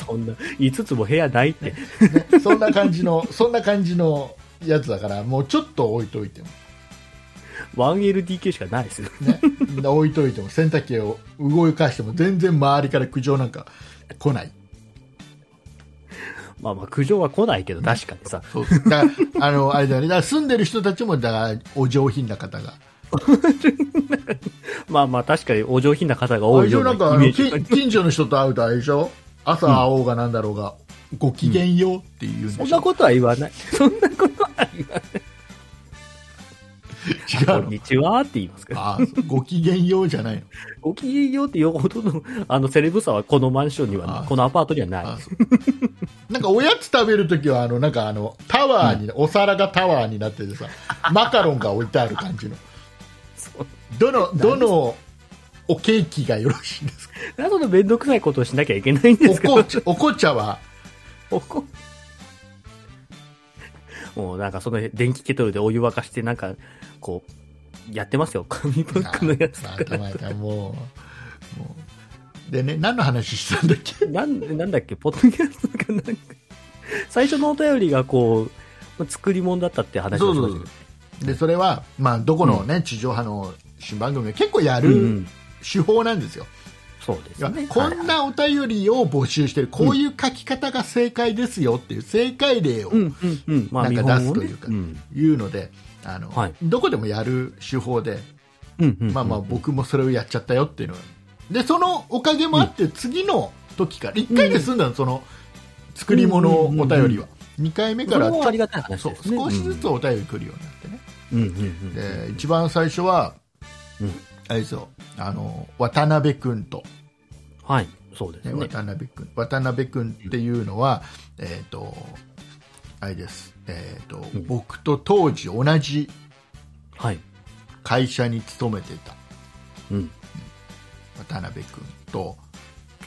Speaker 3: そんな、5つも部屋ないって。
Speaker 2: そんな感じの、そんな感じのやつだから、もうちょっと置いといても、
Speaker 3: 1LDK しかないですよ。
Speaker 2: ね、置いといても、洗濯機を動かしても、全然周りから苦情なんか来ない。
Speaker 3: まあまあ、苦情は来ないけど、確かにさ。
Speaker 2: そうですだから、あの、あれだよね、だから住んでる人たちも、だから、お上品な方が。
Speaker 3: まあまあ、確かにお上品な方が
Speaker 2: あ
Speaker 3: 多
Speaker 2: れ
Speaker 3: い
Speaker 2: でし
Speaker 3: よ
Speaker 2: ょ
Speaker 3: う
Speaker 2: な
Speaker 3: なん
Speaker 2: かあ
Speaker 3: イ
Speaker 2: の
Speaker 3: メージが
Speaker 2: 近、近所の人と会うとあれでしょ朝会おうがなんだろうが、ご機嫌ようっていうん
Speaker 3: そ
Speaker 2: で
Speaker 3: ん
Speaker 2: しょ、
Speaker 3: なことは言わない。そんなことは言わない。
Speaker 2: 違
Speaker 3: こ
Speaker 2: うんの
Speaker 3: にちはって言いますから。
Speaker 2: あそうご機嫌ようじゃないの。
Speaker 3: ごきげんようって言うほどの、あの、セレブさはこのマンションには
Speaker 2: あ、
Speaker 3: このアパートにはない。
Speaker 2: あそうなんかおやつ食べるときはあのなんかあのタワーに、お皿がタワーになっててさマカロンが置いてある感じの
Speaker 3: そう
Speaker 2: どのどのおケーキがよろしいんですか
Speaker 3: なんでそのめんどくさいことをしなきゃいけないんですか
Speaker 2: お紅茶お紅茶は
Speaker 3: おこもうなんかその電気ケトルでお湯沸かしてなんか、こう、やってますよ。紙パックのやつ
Speaker 2: あ
Speaker 3: とか。
Speaker 2: 頭痛いもうもうでね何の話したんだっけ
Speaker 3: なんなんだっけ、ポッドキャストかなんか。最初のお便りがこう、まあ作り物だったって話をしましたけど。
Speaker 2: でそれは、まあ、どこの、ね地上波の新番組で結構や
Speaker 3: うんう
Speaker 2: る
Speaker 3: ん
Speaker 2: 手法なんですよ、
Speaker 3: そうで
Speaker 2: いや
Speaker 3: すね。
Speaker 2: こ
Speaker 3: はい
Speaker 2: んなお便りを募集してる、こういう書き方が正解ですよっていう正解例を
Speaker 3: うんうんうん。まあ、
Speaker 2: なん
Speaker 3: 見
Speaker 2: か
Speaker 3: 本を
Speaker 2: 出すと
Speaker 3: ね
Speaker 2: いうか
Speaker 3: うん
Speaker 2: 言うので、あの
Speaker 3: はい
Speaker 2: どこでもやる手法で、
Speaker 3: うんうん。
Speaker 2: まあまあ
Speaker 3: うんうん
Speaker 2: 僕もそれをやっちゃったよっていうのがでそのおかげもあって次の時から1回で済んだの、その作り物お便
Speaker 3: うんうん
Speaker 2: り
Speaker 3: う
Speaker 2: は、2回目
Speaker 3: そ
Speaker 2: か
Speaker 3: れ
Speaker 2: ら
Speaker 3: もあり
Speaker 2: ちょ
Speaker 3: がたい話
Speaker 2: そう
Speaker 3: ですね。
Speaker 2: 少しずつお便り来るようになってね、
Speaker 3: うんうんうんうん。
Speaker 2: で一番最初は、
Speaker 3: うん
Speaker 2: あれですよあの渡辺君と
Speaker 3: はい。そうです
Speaker 2: ね、
Speaker 3: ね。
Speaker 2: 渡辺君渡辺君っていうのは、えっ、とあれです、えーと
Speaker 3: うん
Speaker 2: 僕と当時同じ
Speaker 3: はい。
Speaker 2: 会社に勤めてた
Speaker 3: うん。
Speaker 2: 渡辺君と、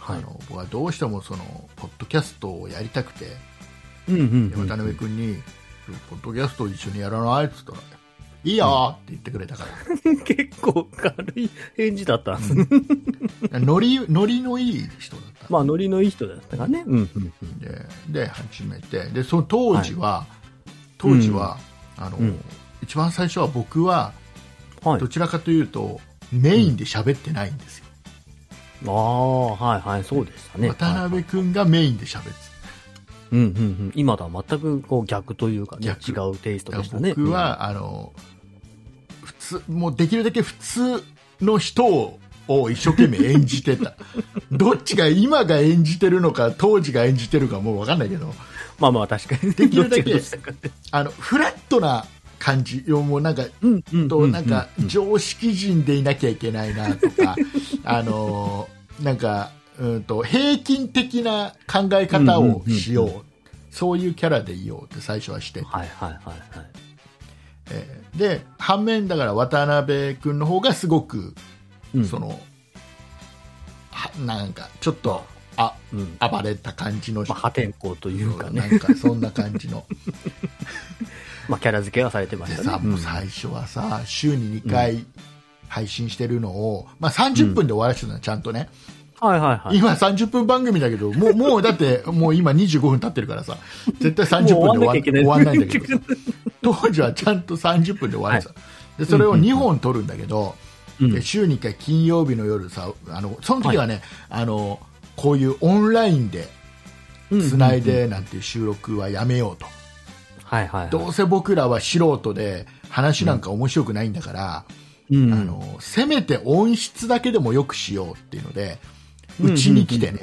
Speaker 3: は
Speaker 2: あ
Speaker 3: い。
Speaker 2: の僕はどうしてもそのポッドキャストをやりたくて、
Speaker 3: うんうん
Speaker 2: で
Speaker 3: うん。
Speaker 2: 渡辺君に「ポッドキャスト一緒にやらない?」っつったら「いいよ!」って言ってくれたから
Speaker 3: 結構軽い返事だったんですね
Speaker 2: ノリノリのいい人だった、
Speaker 3: まあ、ノリのいい人だったからね。うんうんうん。
Speaker 2: でで始めてでその当時は、当時は、あの
Speaker 3: うん
Speaker 2: 一番最初は僕は
Speaker 3: はい
Speaker 2: ど。ちらかというとメインで喋ってないんですよ、
Speaker 3: ああ、はいはい、そうでしたね。
Speaker 2: 渡
Speaker 3: はい
Speaker 2: 辺君がメインで喋って
Speaker 3: うんうんうん。今とは全くこう逆というかね、違
Speaker 2: 逆
Speaker 3: うテイスト
Speaker 2: た、
Speaker 3: で
Speaker 2: だ
Speaker 3: し
Speaker 2: か
Speaker 3: た
Speaker 2: ら
Speaker 3: ね。
Speaker 2: 僕は、あの普通もうできるだけ普通の人を一生懸命演じてた どっちが今が演じてるのか当時が演じてるかもう分かんないけど
Speaker 3: うん、まあまあ確かに。
Speaker 2: できるだけ
Speaker 3: どっちがどっちだかって
Speaker 2: あのフラットな感じもうなんか
Speaker 3: うんうん
Speaker 2: となんか
Speaker 3: うん
Speaker 2: 常識人でいなきゃいけないなと かあのなんかうんと平均的な考え方をしよう,、
Speaker 3: うんう
Speaker 2: そういうキャラでいようって最初はして、
Speaker 3: はいはいはいはい。
Speaker 2: えーで反面だから渡辺君の方がすごく、
Speaker 3: うん
Speaker 2: そのはなんかちょっとあ
Speaker 3: うん。
Speaker 2: 暴れた感じの人
Speaker 3: まあ、破天荒というかね、
Speaker 2: なんかそんな感じ の
Speaker 3: まあ、キャラ付けはされてま
Speaker 2: で
Speaker 3: した
Speaker 2: さ、
Speaker 3: ね。
Speaker 2: もう最初はさ週に2回配信してるのを、まあ、30分で終わらせてたのちゃんとね、
Speaker 3: うんはいはいはい。
Speaker 2: 今30分番組だけどもうもうだってもう今25分経ってるからさ絶対30
Speaker 3: もう
Speaker 2: 分で終わ
Speaker 3: きゃいけない
Speaker 2: 終わんないんだけどさ当時はちゃんと30分で終わるさ、でそれを2本撮るんだけど、
Speaker 3: うん
Speaker 2: で週に1回金曜日の夜さあのその時はね、あのこういうオンラインでつないでなんていう収録はやめようと、
Speaker 3: はいはいはい。
Speaker 2: どうせ僕らは素人で話なんか面白くないんだから、
Speaker 3: うん
Speaker 2: あのせめて音質だけでもよくしようっていうのでうちに来てね、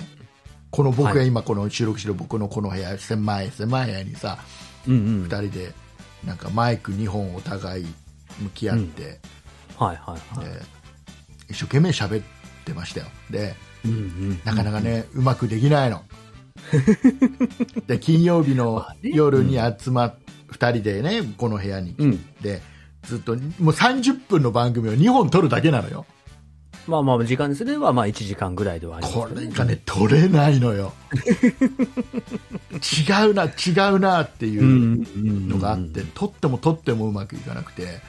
Speaker 2: この僕が今この収録してる僕のこの部屋狭い狭い部屋にさ
Speaker 3: うんうん。
Speaker 2: 2人でなんかマイク2本お互い向き合って、
Speaker 3: はいはいはい。
Speaker 2: で一生懸命喋ってましたよで
Speaker 3: うんうん。
Speaker 2: なかなかね、うまくできないので金曜日の夜に集まっ2人でねこの部屋に来
Speaker 3: うん。
Speaker 2: でずっともう30分の番組を2本撮るだけなのよ
Speaker 3: まあまあ、時間にすれば、まあ1時間ぐらいではあります
Speaker 2: これがね撮れないのよ 違うな違うなってい
Speaker 3: うん
Speaker 2: う
Speaker 3: うんうん。
Speaker 2: のがあって、撮っても撮ってもうまくいかなくて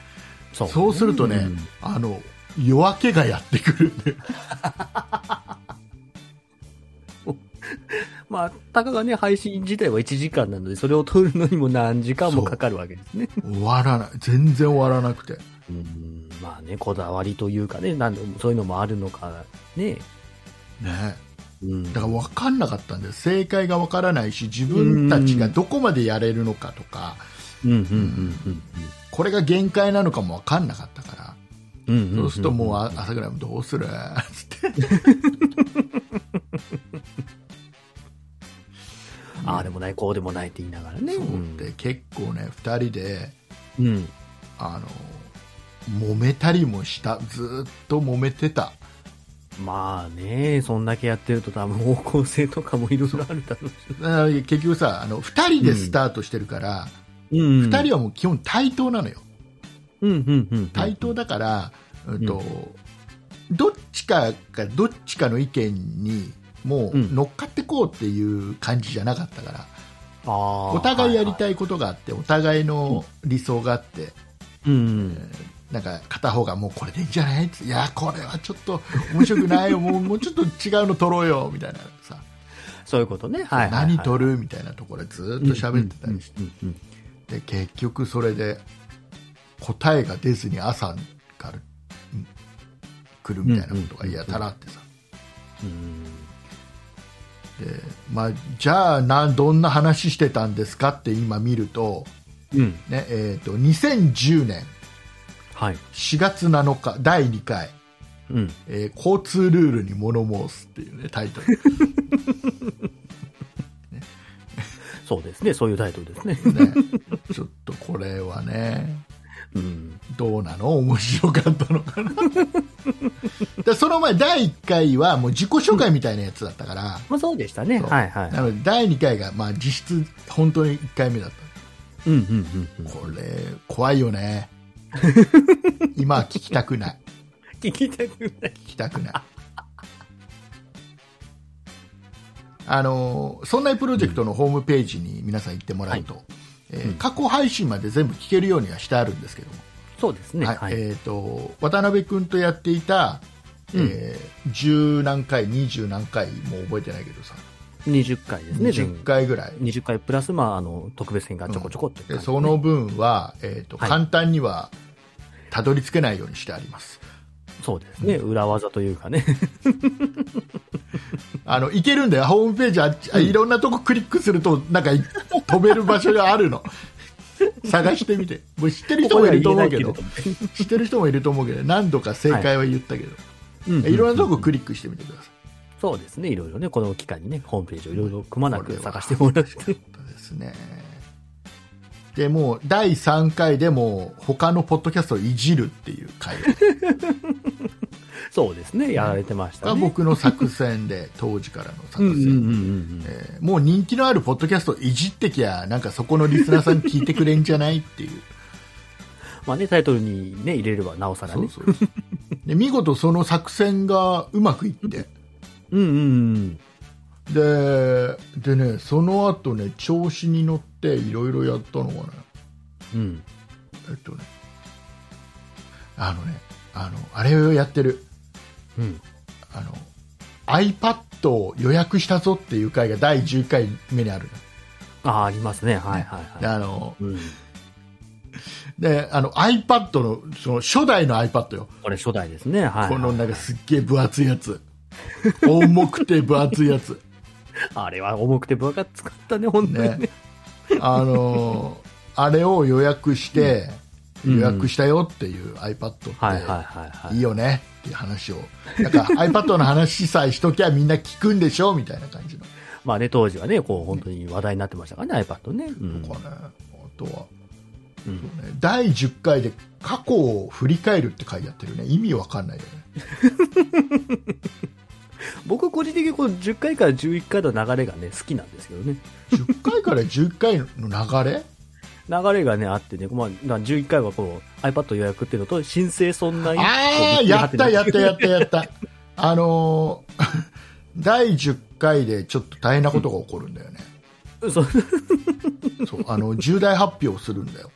Speaker 3: そね
Speaker 2: そうするとね、
Speaker 3: うん
Speaker 2: あの夜明けがやってくるんで
Speaker 3: まあ、たかがね、配信自体は1時間なので、それを撮るのにも何時間もかかるわけですね。
Speaker 2: 終わらない全然終わらなくて
Speaker 3: うんまあね、こだわりというかね、なんでもそういうのもあるのか、ね。
Speaker 2: ね
Speaker 3: うん
Speaker 2: だから分かんなかったんだよ正解が分からないし自分たちがどこまでやれるのかとか
Speaker 3: うんうんうん
Speaker 2: これが限界なのかも分かんなかったから
Speaker 3: うんうん。
Speaker 2: そうするともう
Speaker 3: あ
Speaker 2: あ朝倉もどうする つって
Speaker 3: あでもない、こうでもないって言いながらね。
Speaker 2: そう
Speaker 3: うん
Speaker 2: で結構ね2人で
Speaker 3: うん。
Speaker 2: あの揉めたりもしたずーっと揉めてた
Speaker 3: まあね、そんだけやってると多分 方向性とかもいろいろあるだろうし。
Speaker 2: だから結局さあの2人でスタートしてるから、
Speaker 3: うん
Speaker 2: 2人はもう基本対等なのよ
Speaker 3: うんうんうん。
Speaker 2: 対等だから、うんとどっちかがどっちかの意見にもう
Speaker 3: うん
Speaker 2: 乗っかってこうっていう感じじゃなかったから、
Speaker 3: ああ。
Speaker 2: お互いやり
Speaker 3: は
Speaker 2: たいことがあって、お互いの理想があって、
Speaker 3: いはい。うん。
Speaker 2: なんか片方がもうこれでいいんじゃないっていやこれはちょっと面白くないよもうも うちょっと違うの撮ろうよみたいなさ、
Speaker 3: そういうことね。はいはいはい。
Speaker 2: 何撮るみたいなところでずーっと喋ってたりして、
Speaker 3: うんうん
Speaker 2: で結局それで答えが出ずに朝からうん来るみたいなことがやたらあってさ、
Speaker 3: うんうん。
Speaker 2: でまあ、じゃあなどんな話してたんですかって今見ると,、
Speaker 3: うんうん。
Speaker 2: ねえー、と2010年
Speaker 3: はい。
Speaker 2: 4月7日第2回
Speaker 3: うん。
Speaker 2: えー交通ルールに物申すっていうねタイトル、
Speaker 3: そうですね。そういうタイトルですね。
Speaker 2: ね、 ちょっとこれはね
Speaker 3: うん。
Speaker 2: どうなの面白かったのかな でその前第1回はもう自己紹介みたいなやつだったから、
Speaker 3: まあそうでしたね。
Speaker 2: そう
Speaker 3: はいはい。
Speaker 2: なので第2回がまあ実質本当に1回目だっ
Speaker 3: うんうんうんうん
Speaker 2: た。これ怖いよね 今は聞きたくない
Speaker 3: 聞きたくない。
Speaker 2: 聞きたくないあのそんなプロジェクトのホームページに皆さん行ってもらうと、えー
Speaker 3: うん
Speaker 2: 過去配信まで全部聞けるようにはしてあるんですけども、
Speaker 3: そうですね。
Speaker 2: はい
Speaker 3: はい。
Speaker 2: えー、と渡辺君とやっていた、
Speaker 3: うん
Speaker 2: えー10何回20何回もう覚えてないけどさ、
Speaker 3: 20回ですね。
Speaker 2: 20回ぐらい
Speaker 3: 20回プラス、まあ、あの、特別編がちょこちょこっていう感じ、
Speaker 2: でその分は、えーと
Speaker 3: はい
Speaker 2: 簡単にはたどり着けないようにしてあります
Speaker 3: そうですね。裏技というかね。
Speaker 2: あのいけるんだよホームページあっちあいろんなとこクリックするとなんかい飛べる場所があるの 探してみてもう知ってる人もいると思うけど
Speaker 3: ここでは言えないけ
Speaker 2: 知ってる人もいると思うけど何度か正解は言ったけど、
Speaker 3: れどもうんうんうん
Speaker 2: いろんなとこクリックしてみてください
Speaker 3: そうですね。いろいろね、この期間にね、ホームページをいろいろくまな
Speaker 2: これ
Speaker 3: く
Speaker 2: は
Speaker 3: 探して もらっ。
Speaker 2: 楽してかったですねでもう第3回でもう他のポッドキャストをいじるっていう回
Speaker 3: そうですね。やられてました
Speaker 2: が
Speaker 3: ね。
Speaker 2: 僕の作戦で当時からの作
Speaker 3: うんうんうんう
Speaker 2: 戦、
Speaker 3: んうん。
Speaker 2: えーもう人気のあるポッドキャストをいじってきゃなんかそこのリスナーさん聞いてくれんじゃないっていう
Speaker 3: まあね、タイトルにね、入れればなおさらね。
Speaker 2: そうそうそうで見事その作戦がうまくいって
Speaker 3: うんうんうん。
Speaker 2: ででねその後ね調子に乗っていろいろやったのがね
Speaker 3: うん。
Speaker 2: えっとねあのねあのあれをやってる
Speaker 3: うん。
Speaker 2: あの iPad を予約したぞっていう回が第10回目にある
Speaker 3: ああ、ありますね。はいはい
Speaker 2: で
Speaker 3: は
Speaker 2: あの
Speaker 3: い。うん。
Speaker 2: であの iPad のその初代の iPad よ
Speaker 3: これ初代ですね。はい。
Speaker 2: このなんかすっげえ分厚いやつ重くて分厚いや つ
Speaker 3: あれは重くて分かつかったね、本当にね。
Speaker 2: ねあのーあれを予約して、
Speaker 3: うん
Speaker 2: 予約したよっていう iPad って、、
Speaker 3: はいはいはいはいい。
Speaker 2: よねっていう話をだから iPad の話さえしときゃみんな聞くんでしょみたいな感じの、
Speaker 3: まあね、当時はね、こう、本当に話題になってましたからね、iPad ね。うん。
Speaker 2: とかねあとは、
Speaker 3: うん
Speaker 2: そうね第10回で過去を振り返るって回やってるね意味わかんないよね
Speaker 3: 僕個人的にこの10回から11回の流れがね、好きなんですけどね。
Speaker 2: 10回から11回の 流れ
Speaker 3: 流れがね、あってね、まあ、な11回はこう、iPad 予約っていうのと、申請そんなに。
Speaker 2: あ
Speaker 3: こ
Speaker 2: あ
Speaker 3: う
Speaker 2: やったやっ。
Speaker 3: 見切り発
Speaker 2: たやったやったあのー 第10回でちょっと大変なことが起こるんだよね、
Speaker 3: 言そう
Speaker 2: そうあの重大発表をするんだよ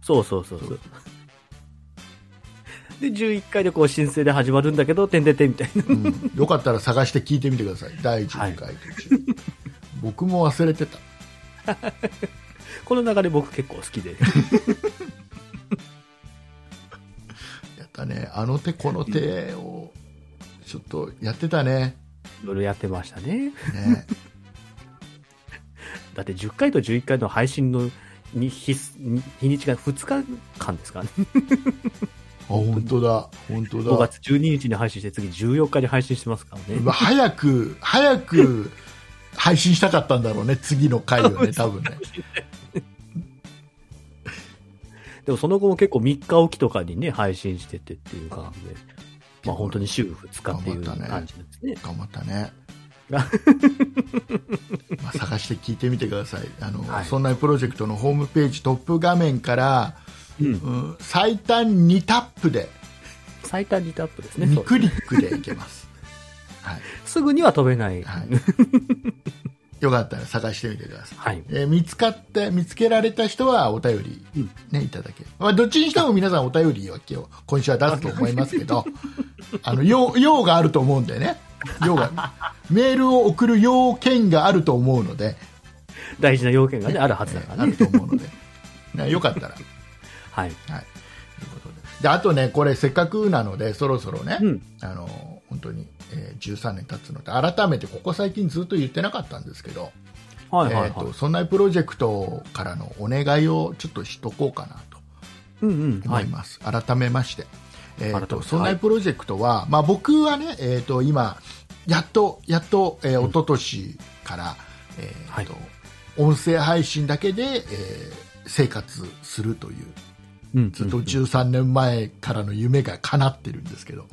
Speaker 3: そうそうそうそう。で、11回でこう、申請で始まるんだけど、てんてんてんみたいな。
Speaker 2: うんよかったら探して聞いてみてください第10回と10僕も忘れてた
Speaker 3: この流れ僕結構好きで。
Speaker 2: やったねあの手この手をちょっとやってたね
Speaker 3: いろいろやってましたね。
Speaker 2: ね
Speaker 3: だって10回と11回の配信のに日に日にちが2日間ですからね。
Speaker 2: あ本当だ本当
Speaker 3: 5
Speaker 2: だ
Speaker 3: 月12日に配信して、次14日に配信してますから
Speaker 2: う
Speaker 3: ね。
Speaker 2: わ早く早く配信したかったんだろうね次の回をね多分ね
Speaker 3: でもその後も結構3日おきとかにね、配信しててっていう感じで。まあ本当に週2日っていう
Speaker 2: 頑張ったね
Speaker 3: 感じですね。
Speaker 2: 頑張った ねまあ探して聞いてみてくださいあの、
Speaker 3: はい
Speaker 2: そんなプロジェクトのホームページトップ画面から、
Speaker 3: うん。
Speaker 2: うん、最短2タップで
Speaker 3: 最短2タップですね。
Speaker 2: 2
Speaker 3: そう
Speaker 2: クリックでいけます、はい
Speaker 3: すぐには飛べない。
Speaker 2: はい、よかったら探してみてください、
Speaker 3: はい。
Speaker 2: えー見つかって見つけられた人はお便り、ねいただけ、まあ、どっちにしても皆さんお便りは今日今週は出すと思いますけ どあの用用があると思うんでね用 がメールを送る要件があると思うので、
Speaker 3: 大事な要件がね、あるはずだ
Speaker 2: ね
Speaker 3: か
Speaker 2: あ
Speaker 3: らね
Speaker 2: る。と思うので、ね、よかったら
Speaker 3: はい。
Speaker 2: はい、ということでであとね、これせっかくなのでそろそろね、
Speaker 3: うん
Speaker 2: あの本当に、えー13年経つので改めてここ最近ずっと言ってなかったんですけど
Speaker 3: はいは
Speaker 2: え
Speaker 3: い
Speaker 2: ー
Speaker 3: はい
Speaker 2: と。そんなプロジェクトからのお願いをちょっとしとこうかなと
Speaker 3: うんうん。
Speaker 2: 思
Speaker 3: はいい。
Speaker 2: ます、改めまして。えー、
Speaker 3: 改め
Speaker 2: と
Speaker 3: て
Speaker 2: そんなプロジェクトは、まあ、僕はね、えー、と今やっとやっと、えー、一昨年から、えーと音声配信だけで、えー生活するという
Speaker 3: うん。
Speaker 2: ずっと13年前からの夢が叶ってるんですけど、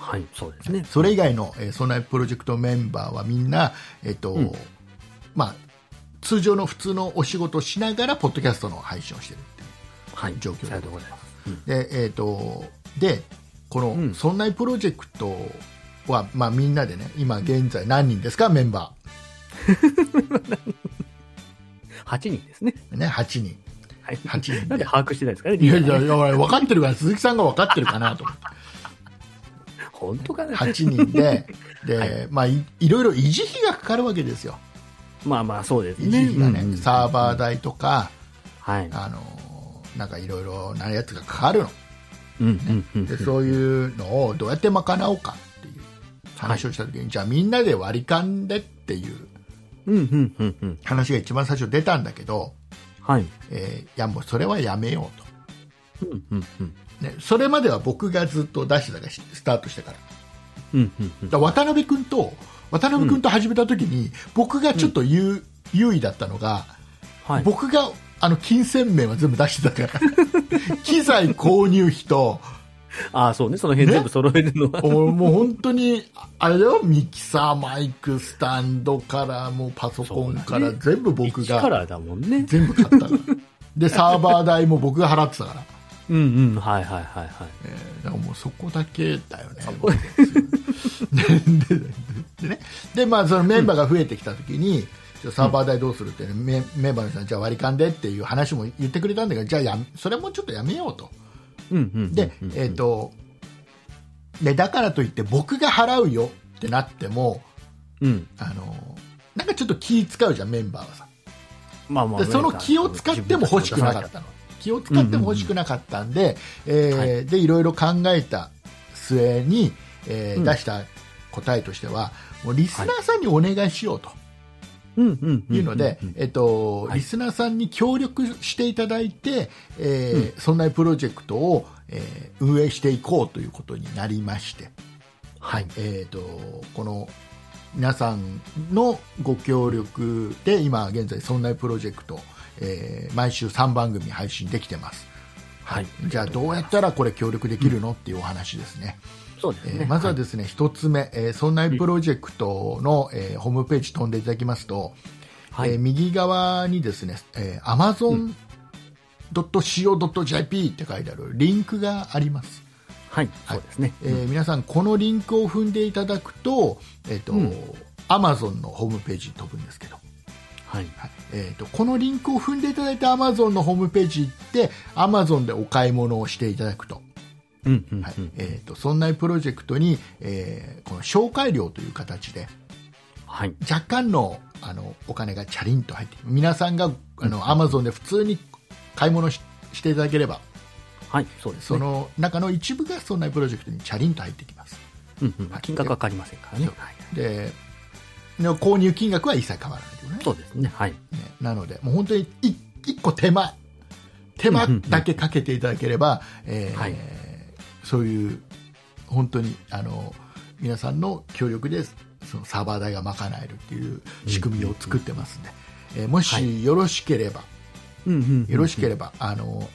Speaker 3: はい、そうですね。
Speaker 2: それ以外の、えー、ソナイプロジェクトメンバーはみんな、えっ、と、
Speaker 3: うん
Speaker 2: まあ、通常の普通のお仕事をしながら、ポッドキャストの配信をしてるっていう
Speaker 3: はい。
Speaker 2: 状況
Speaker 3: さようでございます。うん
Speaker 2: で、えっ、と、で、こ
Speaker 3: う
Speaker 2: の、
Speaker 3: ん
Speaker 2: そんなプロジェクトは、まあみんなでね、今現在何人ですか、メンバ
Speaker 3: 8人ですね。
Speaker 2: ー。ね、8人。
Speaker 3: はい。
Speaker 2: 8人で
Speaker 3: なんで把握してないですかね、
Speaker 2: い
Speaker 3: リー
Speaker 2: や
Speaker 3: ダー
Speaker 2: い
Speaker 3: ね
Speaker 2: やいや、俺分かってるから、鈴木さんが分かってるかなと思って。
Speaker 3: 本当かな、
Speaker 2: 8人で、で、
Speaker 3: はい
Speaker 2: まあい、いろいろ維持費がかかるわけですよ。
Speaker 3: まあまあ、そうです
Speaker 2: 維持
Speaker 3: ね。
Speaker 2: 費がね、
Speaker 3: うんうん
Speaker 2: サーバー代とか、
Speaker 3: はい。
Speaker 2: あのーなんかいろいろなやつがかか るの
Speaker 3: うんうんうん
Speaker 2: でそういうのをどうやって賄おうかっていう話をした時に、じゃあみんなで割り勘でっていう
Speaker 3: うんうんうんうん。
Speaker 2: 話が一番最初出たんだけど、
Speaker 3: はい。
Speaker 2: えーいやもうそれはやめよう
Speaker 3: うんうんうん。
Speaker 2: と、ね、それまでは僕がずっと出してたからスタートしてから
Speaker 3: うんうんうん。
Speaker 2: だから渡辺君と渡辺君と始めた時に、僕がちょっと優,、優位だったのが、
Speaker 3: はい。
Speaker 2: 僕があの金銭面は全部出してたから 機材購入費と
Speaker 3: ああ、そうね。その辺全部揃えるのは。
Speaker 2: 俺もう本当にああれだよミキサーマイクスタンドからもうパソコンから
Speaker 3: そうだ
Speaker 2: 全部僕
Speaker 3: 一か
Speaker 2: が
Speaker 3: らだもんね。
Speaker 2: 全部買ったから でサーバー代も僕が払ってたから,、
Speaker 3: うんうん。はいはいはいはい。
Speaker 2: えーだからもうそこだけだよね
Speaker 3: こ
Speaker 2: でででってねで、まあ、そのメンバーが増えてきた時に、じゃあサーバー代どうするって、ねメメンバーの人はじゃあ割り勘でっていう話も言ってくれたんだけどじゃあやめそれもちょっとやめようと
Speaker 3: うんうん。
Speaker 2: で、えっ、とでだからといって僕が払うよってなっても
Speaker 3: うん。
Speaker 2: あのなんかちょっと気使うじゃんメンバーはさ
Speaker 3: まあまあ。
Speaker 2: でその気を使っても欲しくなかったの気を使っても欲しくなかったんで、えー
Speaker 3: は
Speaker 2: でいろいろ考えた末に、えー
Speaker 3: うん
Speaker 2: 出した答えとしてはもうリスナーさんにお願いしようと
Speaker 3: うんうんうんうん。
Speaker 2: いうので、
Speaker 3: うんうん
Speaker 2: えっと
Speaker 3: はい
Speaker 2: リスナーさんに協力していただいて、えーそんなプロジェクトを、えー運営していこうということになりまして、
Speaker 3: はい。
Speaker 2: えー、とこの皆さんのご協力で今現在「そんなプロジェクト、えー毎週3番組配信できてます
Speaker 3: はい。
Speaker 2: じゃあどうやったらこれ協力できるのっていうお話ですね、
Speaker 3: そうです
Speaker 2: え
Speaker 3: ね。
Speaker 2: ーまずはですね、一つ目、えー、そんなプロジェクトの、えーホームページ飛んでいただきますと、
Speaker 3: はい
Speaker 2: えー右側にですね、えー、amazon.co.jp って書いてあるリンクがあります、
Speaker 3: はい。
Speaker 2: はい
Speaker 3: そうですね。
Speaker 2: えー皆さんこのリンクを踏んでいただくと、えっ、と、
Speaker 3: うん
Speaker 2: Amazon のホームページに飛ぶんですけど、
Speaker 3: はい。
Speaker 2: はいえっ、と、このリンクを踏んでいただいた Amazon のホームページ行って、Amazon でお買い物をしていただくと、
Speaker 3: うんうんう
Speaker 2: はい
Speaker 3: ん。
Speaker 2: えっ、と、そんなプロジェクトに、えーこの紹介料という形で、
Speaker 3: はい。
Speaker 2: 若干の、あの、お金がチャリンと入って、皆さんが、あの、Amazon で普通に買い物ししていただければ、
Speaker 3: はい。そうです
Speaker 2: そ
Speaker 3: ね。
Speaker 2: の中の一部がそんなプロジェクトにチャリンと入ってきます。
Speaker 3: うんうん。金額は変わりませんからね。はい。
Speaker 2: での購入金額は一切変わらないというこ
Speaker 3: そうですね。はい。
Speaker 2: とねねなのでもう本当に一一個手間手間だけかけていただければ、えー
Speaker 3: はい
Speaker 2: そういう本当にあの皆さんの協力でそのサーバー代が賄えるっていう仕組みを作ってますんで、えーも
Speaker 3: は
Speaker 2: しよろしければ、
Speaker 3: うんうん。
Speaker 2: よろしければ、あの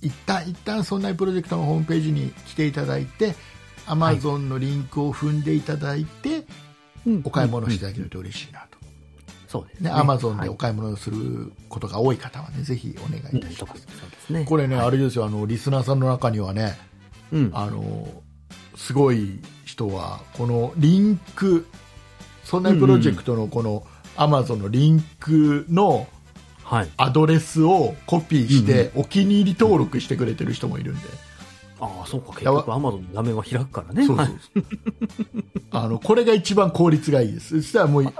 Speaker 2: 一旦一旦そんなプロジェクトのホームページに来ていただいて Amazon のリンクを踏んでいただいて、お買い物していただけると嬉しいなと、
Speaker 3: そうです
Speaker 2: ね
Speaker 3: ね。
Speaker 2: Amazon で
Speaker 3: は
Speaker 2: お
Speaker 3: い
Speaker 2: 買い物をすることが多い方はねぜひお願いいたし
Speaker 3: そう
Speaker 2: ます、
Speaker 3: ですね。
Speaker 2: これね、あれですよあのリスナーさんの中にはね
Speaker 3: うん。
Speaker 2: あのすごい人はこのリンクそんなプロジェクトのこの Amazon のリンクの
Speaker 3: はい。
Speaker 2: アドレスをコピーしてお気に入り登録してくれてる人もいるんで、
Speaker 3: ああ、そうか。結局 Amazon の画面は開くからね。
Speaker 2: そう
Speaker 3: は
Speaker 2: そ
Speaker 3: いう
Speaker 2: そうあのこれが一番効率がいいですそしたらもういい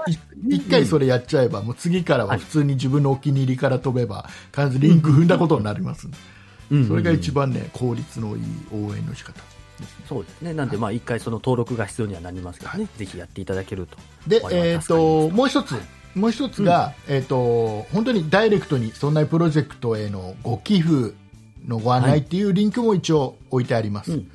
Speaker 2: 一回それやっちゃえば、もう次からは普通に自分のお気に入りから飛べば必ずリンク踏んだことになりますんで、
Speaker 3: うんうんうん
Speaker 2: それが一番ね効率のいい応援の仕方ですね
Speaker 3: そうですね。なんで、まあ、一回その登録が必要にはなりますけどね。ぜひやっていただけると。
Speaker 2: で
Speaker 3: 我々は
Speaker 2: えっ
Speaker 3: 助か
Speaker 2: と
Speaker 3: ります
Speaker 2: もう一つもう一つが、えっと本当にダイレクトにそんなプロジェクトへのご寄付のご案内っていうリンクも一応置いてあります、
Speaker 3: うん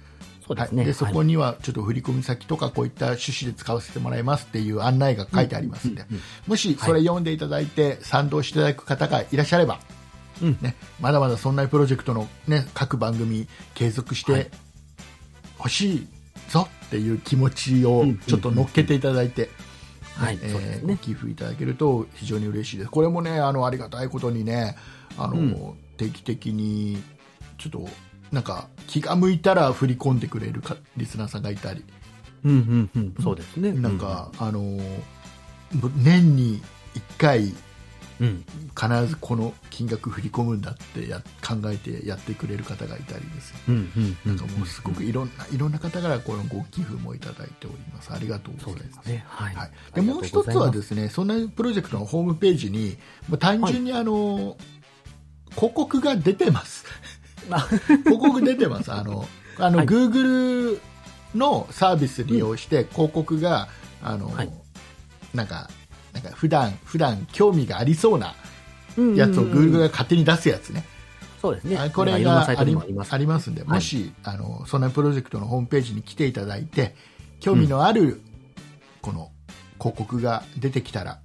Speaker 3: そうで
Speaker 2: はい
Speaker 3: すね。
Speaker 2: でそこにはちょっと振込先とかこういった趣旨で使わせてもらいますっていう案内が書いてありますんで、
Speaker 3: うんうんうん
Speaker 2: もしそれ読んでいただいて賛同していただく方がいらっしゃれば、
Speaker 3: うん
Speaker 2: ね、まだまだそんなプロジェクトの、ね、各番組継続し
Speaker 3: は
Speaker 2: て
Speaker 3: い
Speaker 2: ほしいぞっていう気持ちをちょっと乗っけていただいて、
Speaker 3: はい。はい。
Speaker 2: え
Speaker 3: そうで
Speaker 2: ー
Speaker 3: す
Speaker 2: ご
Speaker 3: ね。
Speaker 2: 寄付いただけると非常に嬉しいです。これもねあのありがたいことにねあの、
Speaker 3: うん
Speaker 2: 定期的にちょっとなんか気が向いたら振り込んでくれるかリスナーさんがいたり、
Speaker 3: うんうんうん。そうですね。
Speaker 2: なんか、あのぶ年に1回
Speaker 3: うん、うん。
Speaker 2: 必ずこの金額振り込むんだってや考えてやってくれる方がいたりですね。
Speaker 3: うんうんうん。
Speaker 2: なんかもうすごくいろんな、いろんな方からこのご寄付もいただいております。ありがとうご
Speaker 3: そう
Speaker 2: ざい
Speaker 3: で
Speaker 2: ます
Speaker 3: す。ね。はい。。
Speaker 2: はい、でもう一つはですすね、そんなプロジェクトのホームページに、もう単純にあの、広告が出て ます。広告出てます。あの、あの、
Speaker 3: はい
Speaker 2: Google のサービス利用して広告が、あの、
Speaker 3: はい
Speaker 2: なんか、なんか普段、普段興味がありそうなやつを
Speaker 3: ぐる
Speaker 2: Google
Speaker 3: ぐる
Speaker 2: が勝手に出すやつね。
Speaker 3: そうです
Speaker 2: あ
Speaker 3: ね。
Speaker 2: これ
Speaker 3: いろんな
Speaker 2: が
Speaker 3: サイ
Speaker 2: あ
Speaker 3: トに
Speaker 2: り
Speaker 3: もあります。
Speaker 2: ありますんで、
Speaker 3: はい
Speaker 2: もし、あのそんなプロジェクトのホームページに来ていただいて興味のあるこの広告が出てきたら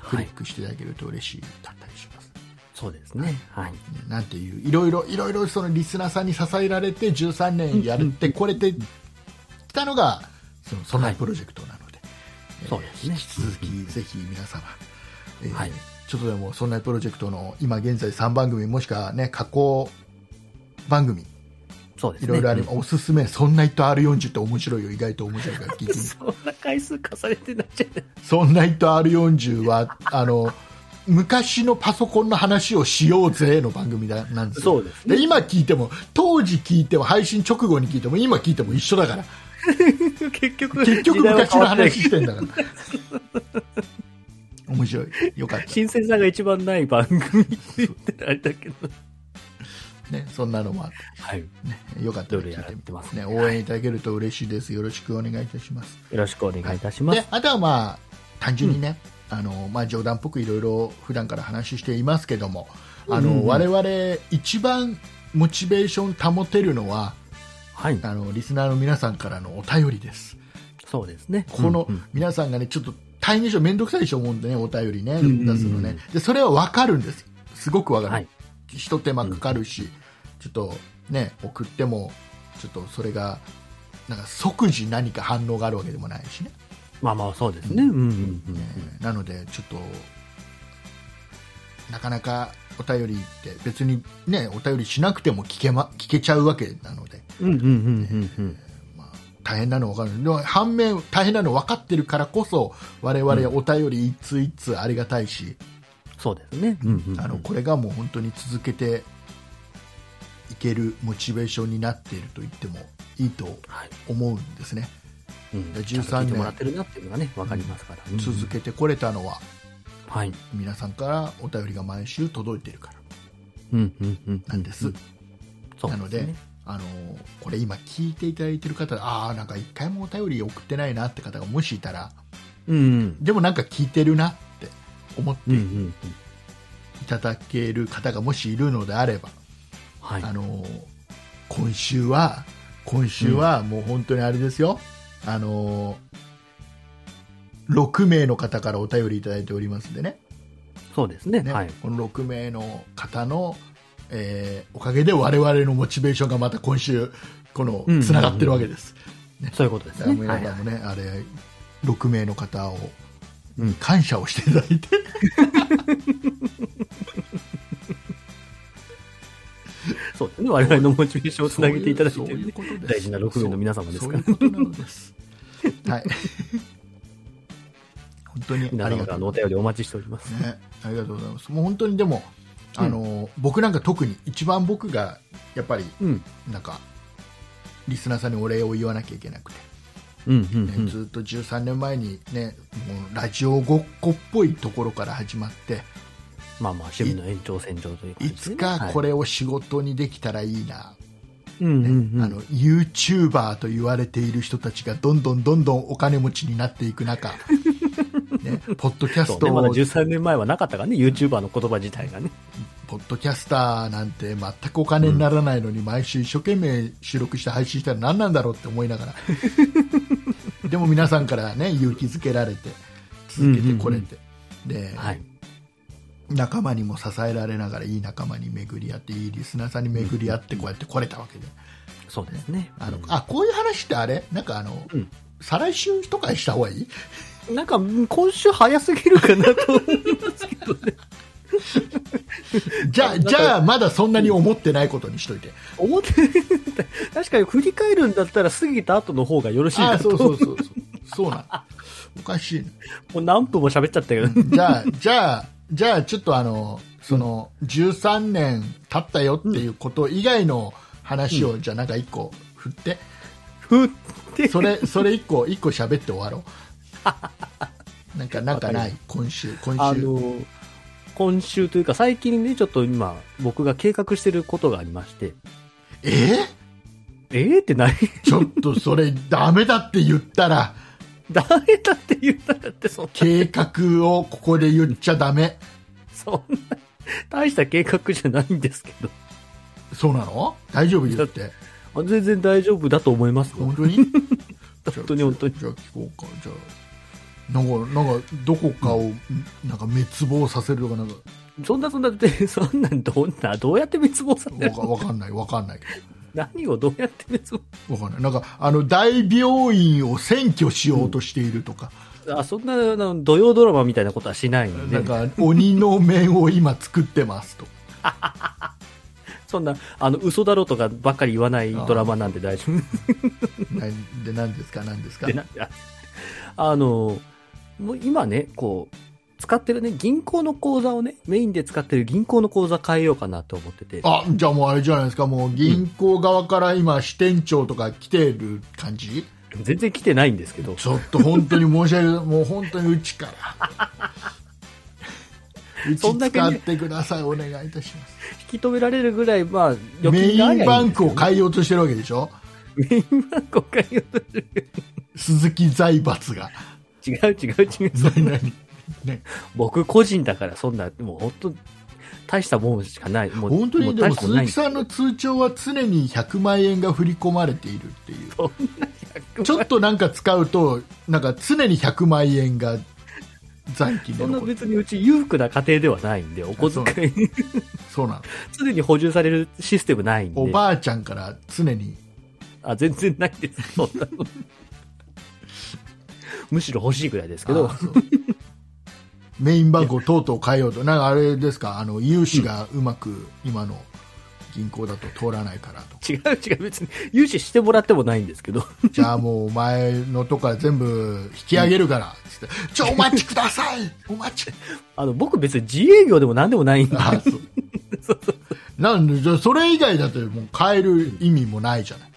Speaker 2: ク
Speaker 3: は
Speaker 2: リ
Speaker 3: い
Speaker 2: ッ。クしていただけると嬉しいだったりします、
Speaker 3: そうですね。はい。
Speaker 2: ねなんていういろいろいろいろそのリスナーさんに支えられて13年やるってこれてきたのがそのそんなプロジェクトなので、えー
Speaker 3: そうですね
Speaker 2: 引き続きぜひ皆様、えー
Speaker 3: はい
Speaker 2: ちょっとでもそんなプロジェクトの今現在3番組もしくはね加工番組
Speaker 3: そうです
Speaker 2: い
Speaker 3: ね。
Speaker 2: ろいろあり
Speaker 3: うん
Speaker 2: ます、おすすめ、そんな人 R40 って面白いよ、意外と面白いから聞いてみて
Speaker 3: そんな回数重ねてないじゃない
Speaker 2: そんな人 R40 は、あの、昔のパソコンの話をしようぜの番組だなんですよ
Speaker 3: そうですね
Speaker 2: で今聞いても、当時聞いても、配信直後に聞いても、今聞いても一緒だから、
Speaker 3: 結 局、
Speaker 2: 結局
Speaker 3: 時代
Speaker 2: 昔
Speaker 3: は変
Speaker 2: の
Speaker 3: わってない
Speaker 2: 話してんだから。面白い。よかった。
Speaker 3: 新鮮さが一番ない番組って言ってあれだけど。
Speaker 2: ね、そんなのもあっ
Speaker 3: はい。よ
Speaker 2: て、ね、よかったら聞い
Speaker 3: いろいろや
Speaker 2: て
Speaker 3: っ
Speaker 2: み
Speaker 3: て
Speaker 2: て
Speaker 3: ますね
Speaker 2: ね。応援いただけると嬉しいです。よろしくお願いいたします。
Speaker 3: ろしくお願いいたしま。
Speaker 2: ですあとはまあ単純にね、あのまあ、冗談っぽくいろいろ普段から話していますけどもあの、
Speaker 3: うんうん
Speaker 2: 我々一番モチベーション保てるのは
Speaker 3: はい。
Speaker 2: あのリスナーの皆さんからのお便りです。
Speaker 3: そうですね。
Speaker 2: この
Speaker 3: うんうん
Speaker 2: 皆さんがねちょっと大変でしょ面倒くさいでしょ思うんでねお便りね
Speaker 3: うんうんうん
Speaker 2: 出すのねでそれはわかるんですすごくわかる、
Speaker 3: はい
Speaker 2: ひと手間かかるし、ちょっとね送ってもちょっとそれがなんか即時何か反応があるわけでもないしね。
Speaker 3: まあまあ、そうですね。うんうんうんうん。
Speaker 2: えーなので、ちょっとなかなかお便りって別に、ね、お便りしなくても聞け,、ま、聞けちゃうわけなので、
Speaker 3: うんうんうんうんうん。
Speaker 2: まあ、大変なの分かるでも反面、大変なの分かってるからこそ我々お便り一通一通ありがたいし、
Speaker 3: そうですね。うんうんうん。
Speaker 2: あのこれがもう本当に続けていけるモチベーションになっていると言ってもいいと
Speaker 3: はい。
Speaker 2: 思うんですね。
Speaker 3: うん。
Speaker 2: 13
Speaker 3: ちゃんと聞いてもらってるなっていうのがね、わかりますから。うんうん
Speaker 2: 続けてこれたのは
Speaker 3: はい。
Speaker 2: 皆さんからお便りが毎週届いてるから
Speaker 3: うんうんうん。
Speaker 2: なんです。
Speaker 3: そう
Speaker 2: なので、
Speaker 3: ね
Speaker 2: あのこれ今聞いていただいてる方でああなんか一回もお便り送ってないなって方がもしいたら
Speaker 3: うんうん。
Speaker 2: でもなんか聞いてるなって思って
Speaker 3: うんう
Speaker 2: い
Speaker 3: んうん。
Speaker 2: ただける方がもしいるのであれば、
Speaker 3: はい
Speaker 2: あ。の今週は今週はもう本当にあれですよ、あの6名の方からお便りいただいておりますんでね
Speaker 3: そうですね。
Speaker 2: ね
Speaker 3: はい。
Speaker 2: この6名の方の、えーおかげで我々のモチベーションがまた今週この
Speaker 3: うん
Speaker 2: つながってるわけです、
Speaker 3: そういうことですね。
Speaker 2: 皆さんもね、あれ6名の方を
Speaker 3: うん
Speaker 2: 感謝をしていただいて、
Speaker 3: そうですね。我々のモチベーションをつなげていただいて
Speaker 2: そう
Speaker 3: る
Speaker 2: う
Speaker 3: ね。
Speaker 2: ことです
Speaker 3: 大事な六名の皆様ですから
Speaker 2: そうそういうことなのです。 はい。本当に
Speaker 3: 皆
Speaker 2: あり
Speaker 3: 様
Speaker 2: が
Speaker 3: か
Speaker 2: と
Speaker 3: ら
Speaker 2: う
Speaker 3: のお便りお待ちしております。
Speaker 2: ね、ありがとうございます。もう本当にでも、あの、僕なんか特に一番僕がやっぱり
Speaker 3: うん。
Speaker 2: なんかリスナーさんにお礼を言わなきゃいけなくて。
Speaker 3: うんうん
Speaker 2: ね
Speaker 3: うん。
Speaker 2: ずっと13年前に、ね、もうラジオごっこっぽいところから始まって、
Speaker 3: まあまあ、趣味の延長線上というか、
Speaker 2: いつかこ
Speaker 3: れ、
Speaker 2: れを仕事にできたらいいな、
Speaker 3: はいうんうんうん
Speaker 2: あの YouTuber と言われている人たちがどんどんどんどんお金持ちになっていく 中、ね、ポッドキャ
Speaker 3: そう
Speaker 2: ス
Speaker 3: ね、
Speaker 2: ト
Speaker 3: ま
Speaker 2: を、
Speaker 3: だ13年前はなかったからね、YouTuber の言葉自体がね。
Speaker 2: ポッドキャスターなんて全くお金にならないのに、毎週一生懸命収録して配信したら何なんだろうって思いな がらでも皆さんから、ね、勇気づけられて続けてこれて。で
Speaker 3: はい。
Speaker 2: 仲間にも支えられながらいい仲間に巡り合っていいリスナーさんに巡り合ってこうやって来れたわけで
Speaker 3: そうですね。
Speaker 2: あのあこういう話ってあれなんかあの、
Speaker 3: うん
Speaker 2: 再来週とかにした方がい い
Speaker 3: なんか、今週早すぎるかなと思いますけどね。
Speaker 2: じゃあじゃあまだそんなに思ってないことにしといて、
Speaker 3: 思って、確かに振り返るんだったら過ぎた後の方がよろしい
Speaker 2: あ
Speaker 3: な
Speaker 2: そ
Speaker 3: と。
Speaker 2: うそうそうそうそうなんおかしいね
Speaker 3: もう何分も喋っちゃったけど。
Speaker 2: じゃあじゃあじゃあちょっとあのその13年経ったよっていうこと以外の話を、じゃあなんか一個振って
Speaker 3: ふって。
Speaker 2: それ それ一個一個喋って終わろうなんかなんかない今週今
Speaker 3: あ
Speaker 2: 週
Speaker 3: の、今週というか最近ね、ちょっと今、僕が計画してることがありまして、
Speaker 2: えー
Speaker 3: えーって 何
Speaker 2: ちょっとそれダメだって言ったら
Speaker 3: ダメだって言ったらって、そんな、
Speaker 2: 計画をここで言っちゃダメ
Speaker 3: そんな、大した計画じゃないんですけど。
Speaker 2: そうなの大丈夫言って
Speaker 3: あ全然大丈夫だと思いますよ
Speaker 2: 本当に
Speaker 3: 本当に本当に
Speaker 2: じゃあ聞こうかじゃあなんかなんかどこかを、なんか滅亡させるとかなんか
Speaker 3: そんなそんなだって そんなんどんなどうやって滅亡させ
Speaker 2: わ
Speaker 3: る
Speaker 2: かわかんないわかんないけ
Speaker 3: 何をどうやって滅
Speaker 2: どわかんないなんかあの大病院を占拠しようとしているとか、
Speaker 3: 亡あそんなあの土曜ドラマみたいなことはしないの
Speaker 2: な
Speaker 3: で、
Speaker 2: んか鬼の面を今作ってますとか
Speaker 3: そんな、あの、嘘だろとかばっかり言わないドラマなんで大丈夫
Speaker 2: なで何ですか何ですか
Speaker 3: でな、 ああの、もう今ね、こう、使ってるね、銀行の口座をね、メインで使ってる銀行の口座変えようかなと思ってて。
Speaker 2: あじゃあもうあれじゃないですかもう銀行側から今支店長とか来てる感じ、
Speaker 3: 全然来てないんですけど。
Speaker 2: ちょっと本当に申し訳ない もう本当にうちからう
Speaker 3: そん
Speaker 2: ち
Speaker 3: だけね
Speaker 2: 使ってくださいお願いいたします
Speaker 3: 引き止められるぐらい、まあ、
Speaker 2: メインバンクを
Speaker 3: 変
Speaker 2: 変えようとしてるわけでしょ
Speaker 3: メイン バンクを変えようとしてる。
Speaker 2: 鈴木財閥 が
Speaker 3: 違う違う違う。
Speaker 2: 何何ね
Speaker 3: 僕個人だから、そんな、もう本当大したもんしかない。もう
Speaker 2: 本当
Speaker 3: も
Speaker 2: に
Speaker 3: う
Speaker 2: で
Speaker 3: 大
Speaker 2: も
Speaker 3: したことな
Speaker 2: 鈴
Speaker 3: い
Speaker 2: 木さんの通帳は常に100万円が振り込まれているっていう
Speaker 3: そんな100
Speaker 2: ちょっとなんか使うとなんか常に100万円が在金で
Speaker 3: そんな
Speaker 2: 残る
Speaker 3: 別にうち裕福な家庭ではないんで、お小遣い、
Speaker 2: そうなの
Speaker 3: 常に補充されるシステムないんで。
Speaker 2: おばあちゃんから常に
Speaker 3: あ、全然ないです。そんなのむしろ欲しいぐらいですけど
Speaker 2: あ、そうメインバンクをとうとう変えようとなんかあれですかあの融資がうまく今の銀行だと通らないからと
Speaker 3: 違う違う、別に融資してもらってもないんですけど、
Speaker 2: じゃあもうお前のとこは全部引き上げるからつって、ちょお待ちくださいお待ち
Speaker 3: あの、僕別に自営業でも何でもないんで、
Speaker 2: あそう なんでじゃあそれ以外だともう変える意味もないじゃない
Speaker 3: い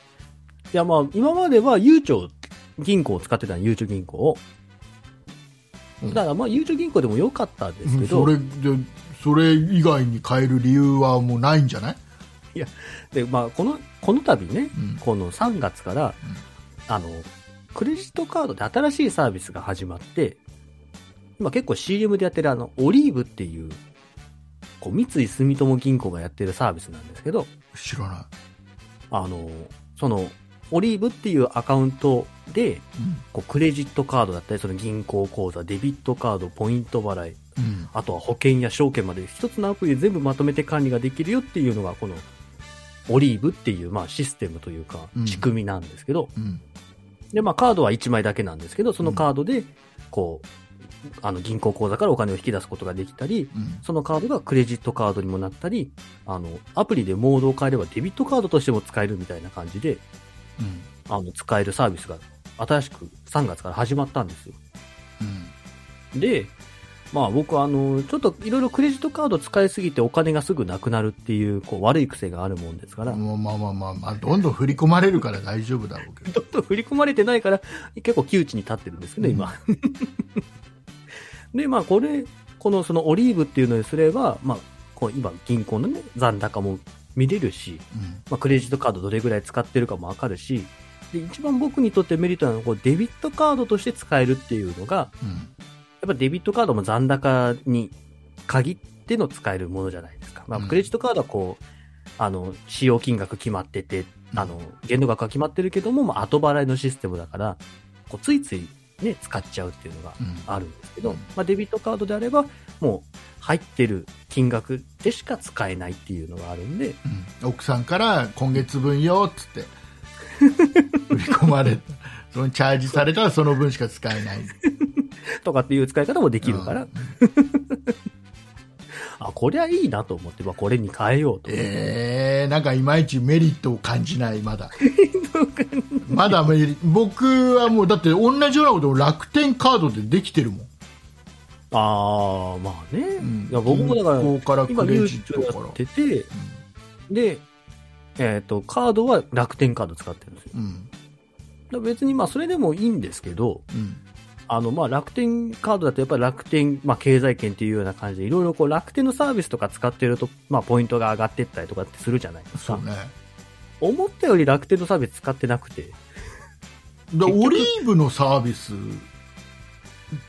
Speaker 3: やまあ、今まではゆうちょ銀行を使ってたの、ゆうちょ銀行を。
Speaker 2: うん
Speaker 3: だからまあ、ゆうちょ銀行でも良かったんですけど、
Speaker 2: それでそれ以外に変える理由はもうないんじゃない
Speaker 3: でまあ、この、この度ね、
Speaker 2: うん
Speaker 3: この3月から、あの、クレジットカードで新しいサービスが始まって、今結構 CM でやってるあの、オリーブっていう、こう、三井住友銀行がやってるサービスなんですけど、
Speaker 2: 知らな
Speaker 3: あの、その、オリーブっていうアカウントで、
Speaker 2: い、
Speaker 3: こう、クレジットカードだったり、その銀行口座、デビットカード、ポイント払い、
Speaker 2: うんうん、
Speaker 3: あとは保険や証券まで一つのアプリで全部まとめて管理ができるよっていうのが、この、オリーブっていう、まあ、システムというか
Speaker 2: う、ん
Speaker 3: 仕組みなんですけど、
Speaker 2: うん
Speaker 3: で、まあ、カードは1枚だけなんですけど、そのカードで、こう、あの、銀行口座からお金を引き出すことができたり、
Speaker 2: うん
Speaker 3: そのカードがクレジットカードにもなったり、あの、アプリでモードを変えればデビットカードとしても使えるみたいな感じで、
Speaker 2: うん
Speaker 3: あの、使えるサービスが新しく3月から始まったんですよ。
Speaker 2: うん
Speaker 3: で、まあ僕はあの、ちょっといろいろクレジットカード使いすぎてお金がすぐなくなるっていう、こう悪い癖があるもんですから、
Speaker 2: もうまあまあまあ、まあ、どんどん振り込まれるから大丈夫だろうけど
Speaker 3: ちょっと振り込まれてないから、結構窮地に立ってるんですけど、今。 で、まあ、これ、この、その、オリーブっていうのにすれば、まあ、こう今、銀行のね、残高も見れるし、
Speaker 2: うん
Speaker 3: まあ、クレジットカードどれぐらい使ってるかもわかるし、で、一番僕にとってメリットなのは、こう、デビットカードとして使えるっていうのが、
Speaker 2: うん
Speaker 3: やっぱデビットカードも残高に限っての使えるものじゃないですか。まあ、
Speaker 2: うん
Speaker 3: クレジットカードはこう、あの、使用金額決まってて、
Speaker 2: うん
Speaker 3: あの、限度額は決まってるけども、まあ、後払いのシステムだから、こう、ついついね、使っちゃうっていうのが
Speaker 2: うん
Speaker 3: あるんですけど、
Speaker 2: うん
Speaker 3: まあ、デビットカードであれば、もう、入ってる金額でしか使えないっていうのがあるんで、
Speaker 2: うん奥さんから今月分よっつって振り込まれたそのチャージされたらその分しか使えない
Speaker 3: とかっていう使い方もできるから、
Speaker 2: うん
Speaker 3: あ、こりゃいいなと思って、まあ、これに変えようと思って。
Speaker 2: えー、なんかいまいちメリットを感じないまだまだメリ僕はもうだって同じようなことを楽天カードでできてるもん、
Speaker 3: ああ、まあね。
Speaker 2: うん
Speaker 3: いや、僕もだから、
Speaker 2: 銀行から
Speaker 3: 今、
Speaker 2: ク
Speaker 3: リュ
Speaker 2: レ
Speaker 3: ウ
Speaker 2: ジ
Speaker 3: ジ
Speaker 2: ッ
Speaker 3: と
Speaker 2: ト
Speaker 3: や
Speaker 2: から
Speaker 3: ってて、で、えっ、と、カードは楽天カード使ってるんですよ。
Speaker 2: うん
Speaker 3: だから別に、まあ、それでもいいんですけど、
Speaker 2: うん
Speaker 3: あの、まあ、楽天カードだと、やっぱり楽天、まあ、経済圏っていうような感じで、いろいろこう、楽天のサービスとか使ってると、まあ、ポイントが上がってったりとかってするじゃないです
Speaker 2: そ
Speaker 3: か
Speaker 2: う。ね
Speaker 3: 思ったより楽天のサービス使ってなくて、
Speaker 2: で
Speaker 3: 結局
Speaker 2: オリーブのサービスっ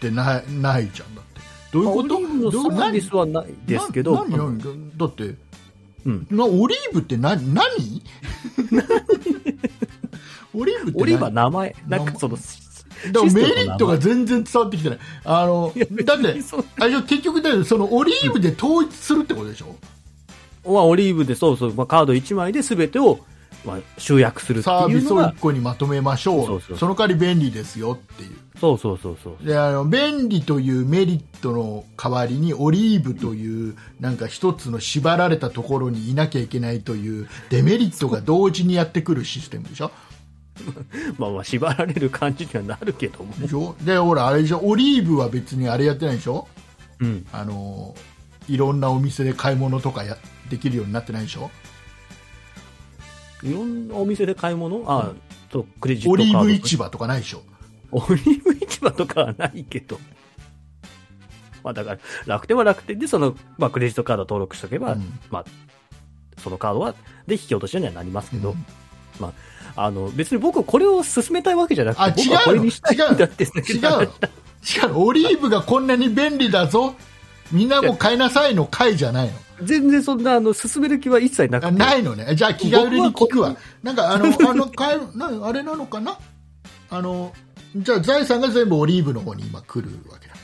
Speaker 2: てないないじゃんだってどういう
Speaker 3: まあ
Speaker 2: こ
Speaker 3: オ
Speaker 2: と
Speaker 3: リーブのサ
Speaker 2: どう
Speaker 3: ービスはないですけど、
Speaker 2: な何何だだって
Speaker 3: うん。
Speaker 2: なオリーブって何 何オリーブって何
Speaker 3: オリーブは名前、なん
Speaker 2: 名
Speaker 3: か
Speaker 2: 前
Speaker 3: その、
Speaker 2: だからメリ
Speaker 3: システムの名前
Speaker 2: ットが全然伝わってきてないあのだって
Speaker 3: そう
Speaker 2: あれでしょ結局だってそのオリーブで統一するってことでしょ
Speaker 3: まあ、オリーブでそうそう、まあ、カード1枚で全てをは集約するって
Speaker 2: サー
Speaker 3: い
Speaker 2: ビ
Speaker 3: う
Speaker 2: ス
Speaker 3: の
Speaker 2: を
Speaker 3: が
Speaker 2: 1、個にまとめましょう
Speaker 3: そうそう
Speaker 2: その代わり便利ですよっていう
Speaker 3: そうそうそうそう。
Speaker 2: であの便利というメリットの代わりにオリーブというなんか一つの縛られたところにいなきゃいけないというデメリットが同時にやってくるシステムでしょ
Speaker 3: まあまあ縛られる感じにはなるけども。
Speaker 2: でしょでほらあれでしょオリーブは別にあれやってないでしょ
Speaker 3: うん。
Speaker 2: あのいろんなお店で買い物とかやできるようになってないでしょ
Speaker 3: いろんなお店で買い物あ、とクレジット
Speaker 2: オ
Speaker 3: カー
Speaker 2: リ
Speaker 3: ド。
Speaker 2: ーブ市場とかないでしょ
Speaker 3: オリーブ市場とかはないけど。まあだから、楽天は楽天で、その、まあクレジットカード登録しとけば、
Speaker 2: うん
Speaker 3: まあ、そのカードは、で引き落としにはなりますけど、
Speaker 2: うん
Speaker 3: まあ、あの、別に僕これを進めたいわけじゃなく
Speaker 2: あ
Speaker 3: て、僕はこれにしたい
Speaker 2: 違うの
Speaker 3: んだってだけ
Speaker 2: 違う
Speaker 3: の
Speaker 2: の
Speaker 3: 話
Speaker 2: 違うのオリーブがこんなに便利だぞみんなも買いなさいの会じゃないの
Speaker 3: 全然そんな、あの、進める気は一切なく
Speaker 2: あ
Speaker 3: て。
Speaker 2: ないのね。じゃあ気軽に聞くわ
Speaker 3: 僕。
Speaker 2: なんかあの、あの、かえなあれなのかなあの、じゃあ財産が全部オリーブの方に今来るわけだ。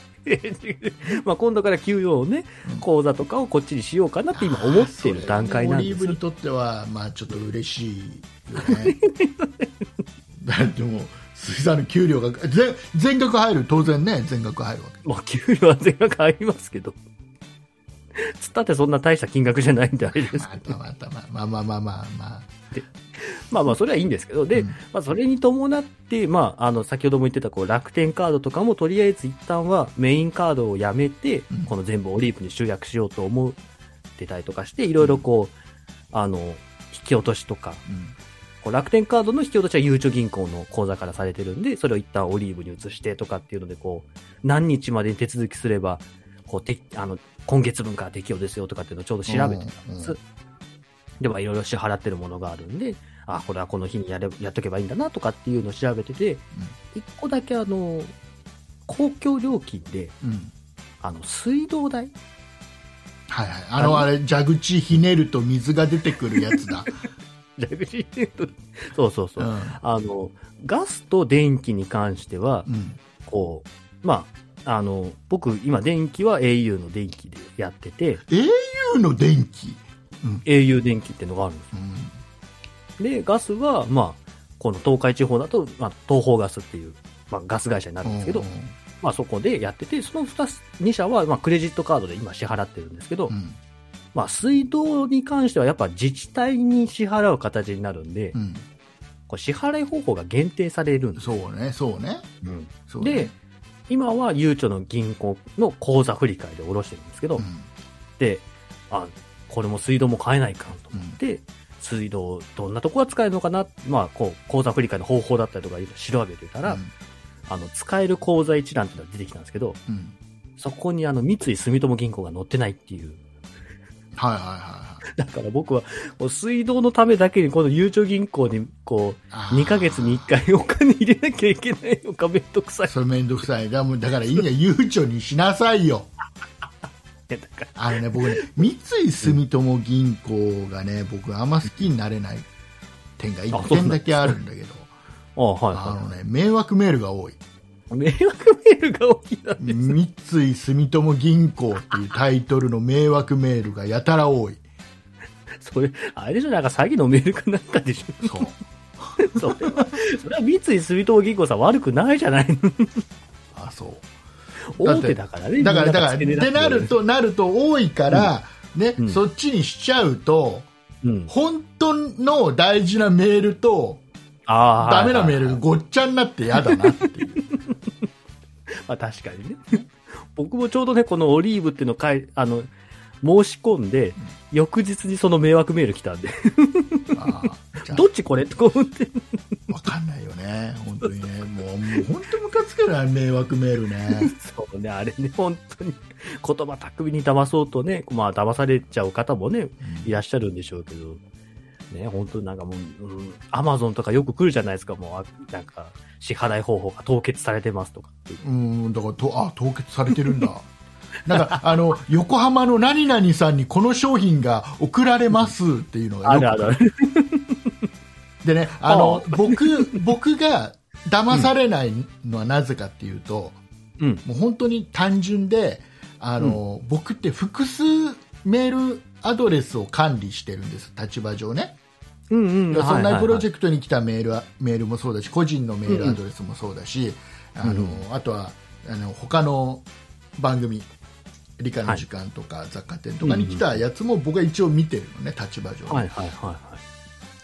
Speaker 3: まあ今度から給与をね、口座とかをこっちにしようかなって今思っている段階なん
Speaker 2: オリ
Speaker 3: で
Speaker 2: ー
Speaker 3: す
Speaker 2: ブ
Speaker 3: よ
Speaker 2: にとっては、まあちょっと嬉しいよね。だってもう、鈴木さんの給料が、全全額入る、当然ね、全額入るわけ。
Speaker 3: まあ、給料は全額ありますけど。つったってそんな大した金額じゃないんであ れです。
Speaker 2: またまたまあまあまあまあまあま
Speaker 3: まあまあ、それはいいんですけど。で、
Speaker 2: うん
Speaker 3: まあ、それに伴って、まあ、あの、先ほども言ってた、こう、楽天カードとかも、とりあえず一旦はメインカードをやめて
Speaker 2: うん、
Speaker 3: この全部オリーブに集約しようと思ってたりとかして、いろいろこう、あの、引き落としとか、こう楽天カードの引き落としはゆうちょ銀行の口座からされてるんで、それを一旦オリーブに移してとかっていうので、こう、何日までに手続きすれば、こう、てあの、今月分から適用ですよとかっていうのをちょうど調べてたんです。
Speaker 2: うん
Speaker 3: で、まあ、いろいろ支払ってるものがあるんで、あ、これはこの日にやれ、やっとけばいいんだなとかっていうのを調べてて、一個だけあの、公共料金で、
Speaker 2: うん。うん。
Speaker 3: あの、水道代
Speaker 2: はいはい。あの、あれ、蛇口ひねると水が出てくるやつだ。
Speaker 3: 蛇口っていうとそうそうそうう。
Speaker 2: ん。
Speaker 3: あの、ガスと電気に関しては
Speaker 2: う、ん。
Speaker 3: こう、まあ、あの、僕、今、電気は au の電気でやってて、
Speaker 2: au の電気、
Speaker 3: au 電気ってのがあるんで
Speaker 2: うん
Speaker 3: す。で、ガスは、まあ、この東海地方だと、まあ、東方ガスっていう、まあ、ガス会社になるんですけど、
Speaker 2: うん
Speaker 3: まあ、そこでやってて、その2つ、2社は、まあ、クレジットカードで今支払ってるんですけど、
Speaker 2: うん
Speaker 3: まあ、水道に関しては、やっぱ自治体に支払う形になるんで、
Speaker 2: うん
Speaker 3: こう支払い方法が限定されるんです。
Speaker 2: そうね、そうね。
Speaker 3: うん
Speaker 2: そうね
Speaker 3: で、今は、ゆうちょの銀行の口座振り替えで下ろしてるんですけど、
Speaker 2: うん
Speaker 3: で、あ、これも水道も買えないかんと思って、水道どんなとこが使えるのかな、まあ、こう、口座振り替えの方法だったりとかいろいろ調べてたら、
Speaker 2: うん
Speaker 3: あの、使える口座一覧っていうのが出てきたんですけど、
Speaker 2: うん
Speaker 3: そこにあの、三井住友銀行が載ってないっていう。
Speaker 2: はいはいはいはい
Speaker 3: だから僕は、こう水道のためだけにこのゆうちょ銀行に、こ
Speaker 2: あ
Speaker 3: う、
Speaker 2: ー。
Speaker 3: 2ヶ月に1回お金入れなきゃいけないのかめんどくさい。
Speaker 2: それめんどくさい。だもうだからいいや、ゆうちょにしなさいよ。
Speaker 3: だから
Speaker 2: あのね、僕ね、三井住友銀行がね、僕あんま好きになれない点が1点だけあるんだけど、
Speaker 3: ああはい
Speaker 2: あの
Speaker 3: は
Speaker 2: ね、迷惑メールが多い。
Speaker 3: い。迷惑メールが大きいな。
Speaker 2: 三井住友銀行っていうタイトルの迷惑メールがやたら多い。
Speaker 3: それ、あれじゃなんか詐欺のメールかなんかでしょ
Speaker 2: そう。
Speaker 3: それは、それは三井住友銀行さん悪くないじゃないの。
Speaker 2: あ、そう。だっ
Speaker 3: 大
Speaker 2: て
Speaker 3: 手だからね。
Speaker 2: だから、
Speaker 3: み
Speaker 2: だ
Speaker 3: んな
Speaker 2: から、
Speaker 3: が付け
Speaker 2: で
Speaker 3: 狙って
Speaker 2: なる。と、なると多いから、ね、
Speaker 3: うん
Speaker 2: そっちにしちゃうと、
Speaker 3: うん。
Speaker 2: 本当の大事なメールと、
Speaker 3: ああ。
Speaker 2: ダメなメールが
Speaker 3: はいはい
Speaker 2: ごっちゃになって嫌だなって いう。
Speaker 3: まあ確かにね。 僕もちょうどね、このオリーブっていうのをかい、あの、申し込んで、翌日にその迷惑メール来たんで、
Speaker 2: ああじゃあ
Speaker 3: どっちこれってこう思って。
Speaker 2: わかんないよね。本当にね。もう、もう本当ムカつくな、迷惑メールね。
Speaker 3: そうね、あれね、本当に、言葉巧みに騙そうとね、まあ騙されちゃう方もね、いらっしゃるんでしょうけど、ね、本当になんかもう、うん、アマゾンとかよく来るじゃないですか、もう、あなんか、支払い方法が凍結されてますとかっていう。
Speaker 2: うん、だからと、あ、凍結されてるんだ。なんか、あの、横浜の何々さんにこの商品が送られますっていうのが
Speaker 3: あ
Speaker 2: よく
Speaker 3: るあるある。
Speaker 2: でね、あの
Speaker 3: あ、
Speaker 2: 僕、僕が騙されないのはなぜかっていうと、
Speaker 3: うん。
Speaker 2: もう本当に単純で、あの、僕って複数メールアドレスを管理してるんです、立場上ね。
Speaker 3: うんうん。
Speaker 2: そんなプロジ
Speaker 3: ェク
Speaker 2: ェクトに来たメールはメールもそうだし個人のメールアドレスもそうだし、あのあとはあの他の番組理科の時間とか雑貨店とかに来たやつも僕は一応見てるのね立場上、
Speaker 3: はいはいはいは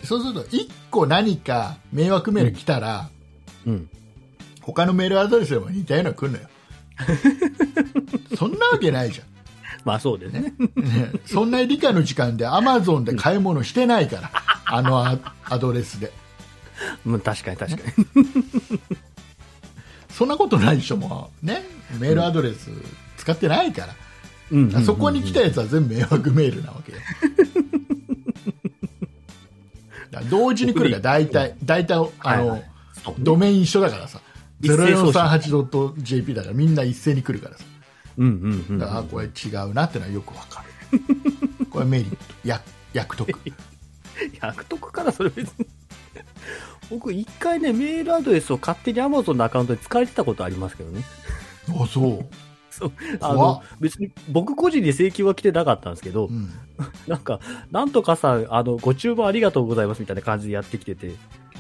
Speaker 2: そうすると1個何か迷惑メール来たら、
Speaker 3: い。うん。
Speaker 2: 他のメールアドレスでも似たようなの来るのよ そんなわけないじゃん
Speaker 3: まあそうで すね。
Speaker 2: ねそんな理科の時間でアマゾンで買い物してないから、あのアアドレスで
Speaker 3: まあ確かに確か
Speaker 2: そんなことないでしょもうねメールアドレス使ってないから、
Speaker 3: に。うん。
Speaker 2: そこに来たやつは全部迷惑メールなわけよ だから同時に来るから大体大体あの、
Speaker 3: はいはいそうね
Speaker 2: ドメイン一緒だからさ
Speaker 3: 一斉送信
Speaker 2: 0438.jp だからみんな一斉に来るからさ
Speaker 3: うんうんうん。
Speaker 2: だからあこれ違うなってのはよくわか るこれメリットや役得
Speaker 3: 100得からそれ別に。 僕、一回ね、メールアドレスを勝手に Amazon のアカウントで使われてたことありますけどね。
Speaker 2: あそう、
Speaker 3: そう。あ
Speaker 2: 怖っ
Speaker 3: の、別に僕個人で請求は来てなかったんですけど
Speaker 2: う、ん、
Speaker 3: なんか、なんとかさん、あの、ご注文ありがとうございますみたいな感じでやってきてて、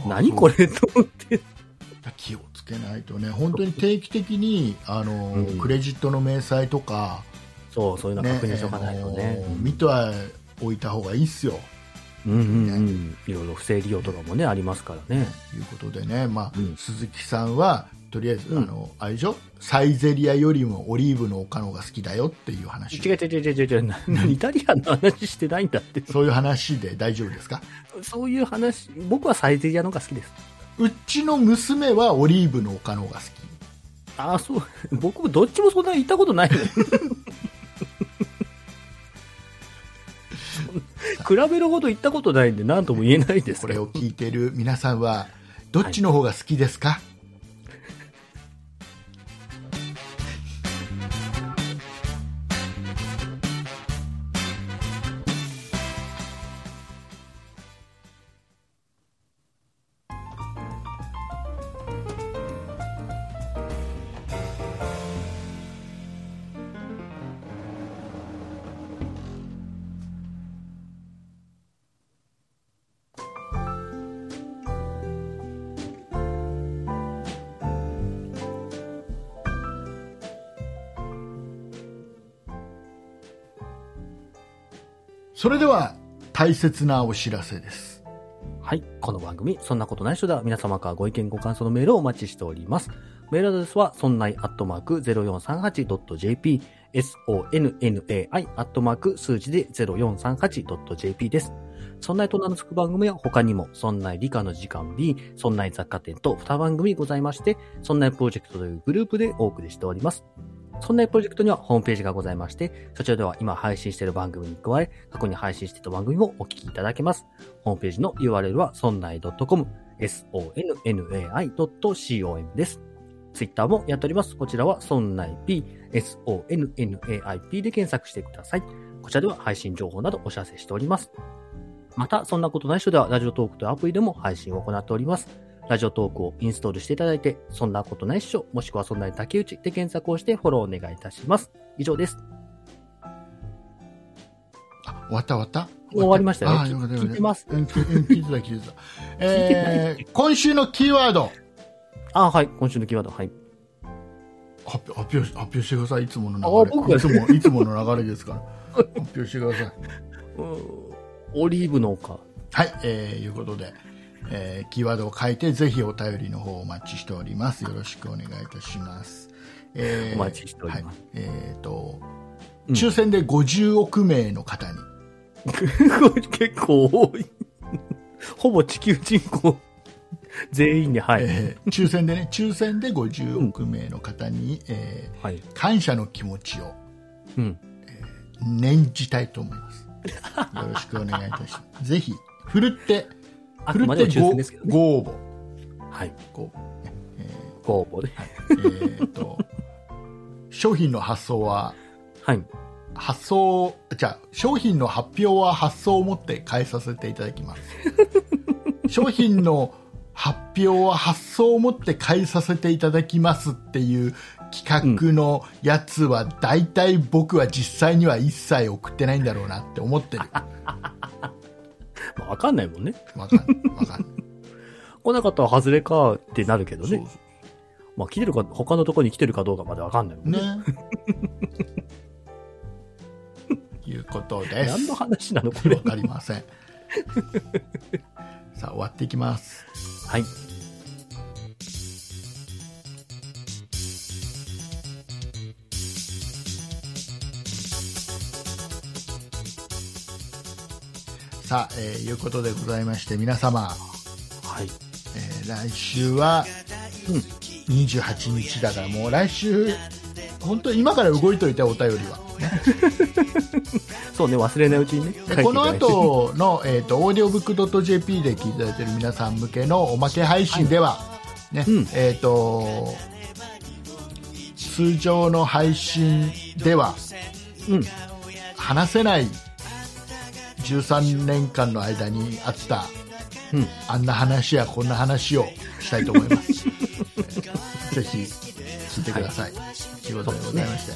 Speaker 3: 何こ
Speaker 2: れ
Speaker 3: れと思って。
Speaker 2: 気をつけないとね本当に定期的にあの、
Speaker 3: うん
Speaker 2: クレジットの明細とか、
Speaker 3: そう、そういうのは確認しとかないとね
Speaker 2: あ。の見てはおいた方がいいっすよ
Speaker 3: うんうんうん。いろいろ不正利用とかもね、ありますからね。
Speaker 2: ということでね、まあ
Speaker 3: うん
Speaker 2: 鈴木さんはとりあえず、
Speaker 3: うん
Speaker 2: あのあれでしょサイゼリアよりもオリーブの丘の方が好きだよっていう話
Speaker 3: 違う違う違う違う違う。ななイタリアンの話してないんだって。
Speaker 2: そういう話で大丈夫ですか
Speaker 3: そういう話、僕はサイゼリアの方が好きです。
Speaker 2: うちの娘はオリーブの丘の方が好き
Speaker 3: ああ、そう。僕もどっちもそんな行ったこと ないのよ比べるほど行ったことないんで、なんとも言えないです
Speaker 2: こ
Speaker 3: け
Speaker 2: れ
Speaker 3: ど。
Speaker 2: を聞いてる皆さんはどっちの方が好きですか、それでは大切なお知らせです
Speaker 3: はい。この番組、そんなことない人では皆様からご意見ご感想のメールをお待ちしております。メールアドレスは、そんないアットマーク 0438.jp、sonnai アットマーク数字で 0438.jp です。そんないと名の付く番組は他にも、そんない理科の時間 B、そんない雑貨店と2番組ございまして、そんないプロジェクトというグループでお送りしております。そんなプロジェクトにはホームページがございまして、そちらでは今配信している番組に加え、過去に配信していた番組もお聞きいただけます。ホームページの URL は sonnai.com、sonnai.com です。ツイッターもやっております。こちらは sonnaip、sonnaip で検索してください。こちらでは配信情報などお知らせしております。また、そんなことない人ではラジオトークというアプリでも配信を行っております。ラジオトークをインストールしていただいて、そんなことないっしょ、もしくはそんなに竹内で検索をしてフォローお願いいたします。以上です。
Speaker 2: あ終わった終わった
Speaker 3: 終わりましたよ
Speaker 2: あよかったよかった
Speaker 3: 聞いてます
Speaker 2: うん聞うん聞いてた聞 いてた、えー、今週のキーワード
Speaker 3: あ、はい。今週のキーワード、はい。
Speaker 2: 発表発表し発表してくださいいつも
Speaker 3: あ
Speaker 2: の流れ
Speaker 3: 僕が
Speaker 2: いつもいつもの流れですから発表してくださいう
Speaker 3: ーオリーブの丘。
Speaker 2: はい、えー、いうことで、えー、キーワードを書いてぜひお便りの方をお待ちしておりますよろしくお願いいたします、えー
Speaker 3: お待ちしております
Speaker 2: はい、えっ、と
Speaker 3: うん
Speaker 2: 抽選で50億名の方に、
Speaker 3: 結構多い。ほぼ地球人口全員に、はい。
Speaker 2: えー抽選でね抽選で50億名の方に、えー
Speaker 3: はい。
Speaker 2: 感謝の気持ちを
Speaker 3: うん。
Speaker 2: 念じたいと思いますよろしくお願いいたしますぜひふるって
Speaker 3: あ
Speaker 2: ふ
Speaker 3: く
Speaker 2: る
Speaker 3: ま
Speaker 2: っ
Speaker 3: で
Speaker 2: て
Speaker 3: も
Speaker 2: ご
Speaker 3: 抽選ですけどね。
Speaker 2: ご応募
Speaker 3: はい。
Speaker 2: ご
Speaker 3: ご応募で。
Speaker 2: えー、と商品の発送は
Speaker 3: はい。
Speaker 2: 発送じゃあ商品の発表は発送をもって変えさせていただきます 商品の発表は発送をもって変えさせていただきますっていう企画のやつは大体僕は実際には一切送ってないんだろうなって思ってる
Speaker 3: わかんないもんね。
Speaker 2: わかんない。わか んない。
Speaker 3: 来なかったら外れかってなるけど
Speaker 2: そう
Speaker 3: ね。まあ来てるか、他のとこに来てるかどうかまでわかんないもんね。
Speaker 2: ね。 いうことです。
Speaker 3: 何の話なのこれ
Speaker 2: わ。かりません。さあ、終わっていきます。
Speaker 3: はい。
Speaker 2: さあ、えーいうことでございまして、皆様、
Speaker 3: はい。
Speaker 2: えー来週は
Speaker 3: うん
Speaker 2: 28日だから、もう来週、本当に今から動いといて、お便りは。
Speaker 3: そうね、忘れないうちにね。書いていただいて
Speaker 2: でこの、後の、 えー、とオーディオブックドット JP で聞いていただいてる皆さん向けのおまけ配信では、ね
Speaker 3: うん
Speaker 2: えー、と通常の配信では
Speaker 3: うん。
Speaker 2: 話せない13年間の間にあった
Speaker 3: うん。
Speaker 2: あんな話やこんな話をしたいと思い ますぜひ聞いてください、ということでございまして、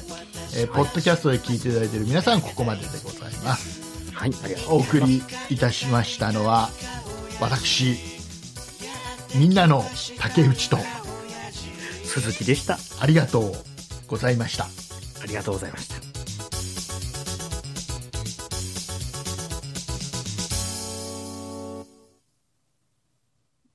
Speaker 2: えーポッドキャストで聞いていただいている皆さんここまででございます
Speaker 3: はい、ありがとう
Speaker 2: お送りいたしましたのは私みんなの竹内と
Speaker 3: 鈴木でした。
Speaker 2: ありがとうございました
Speaker 3: ありがとうございました。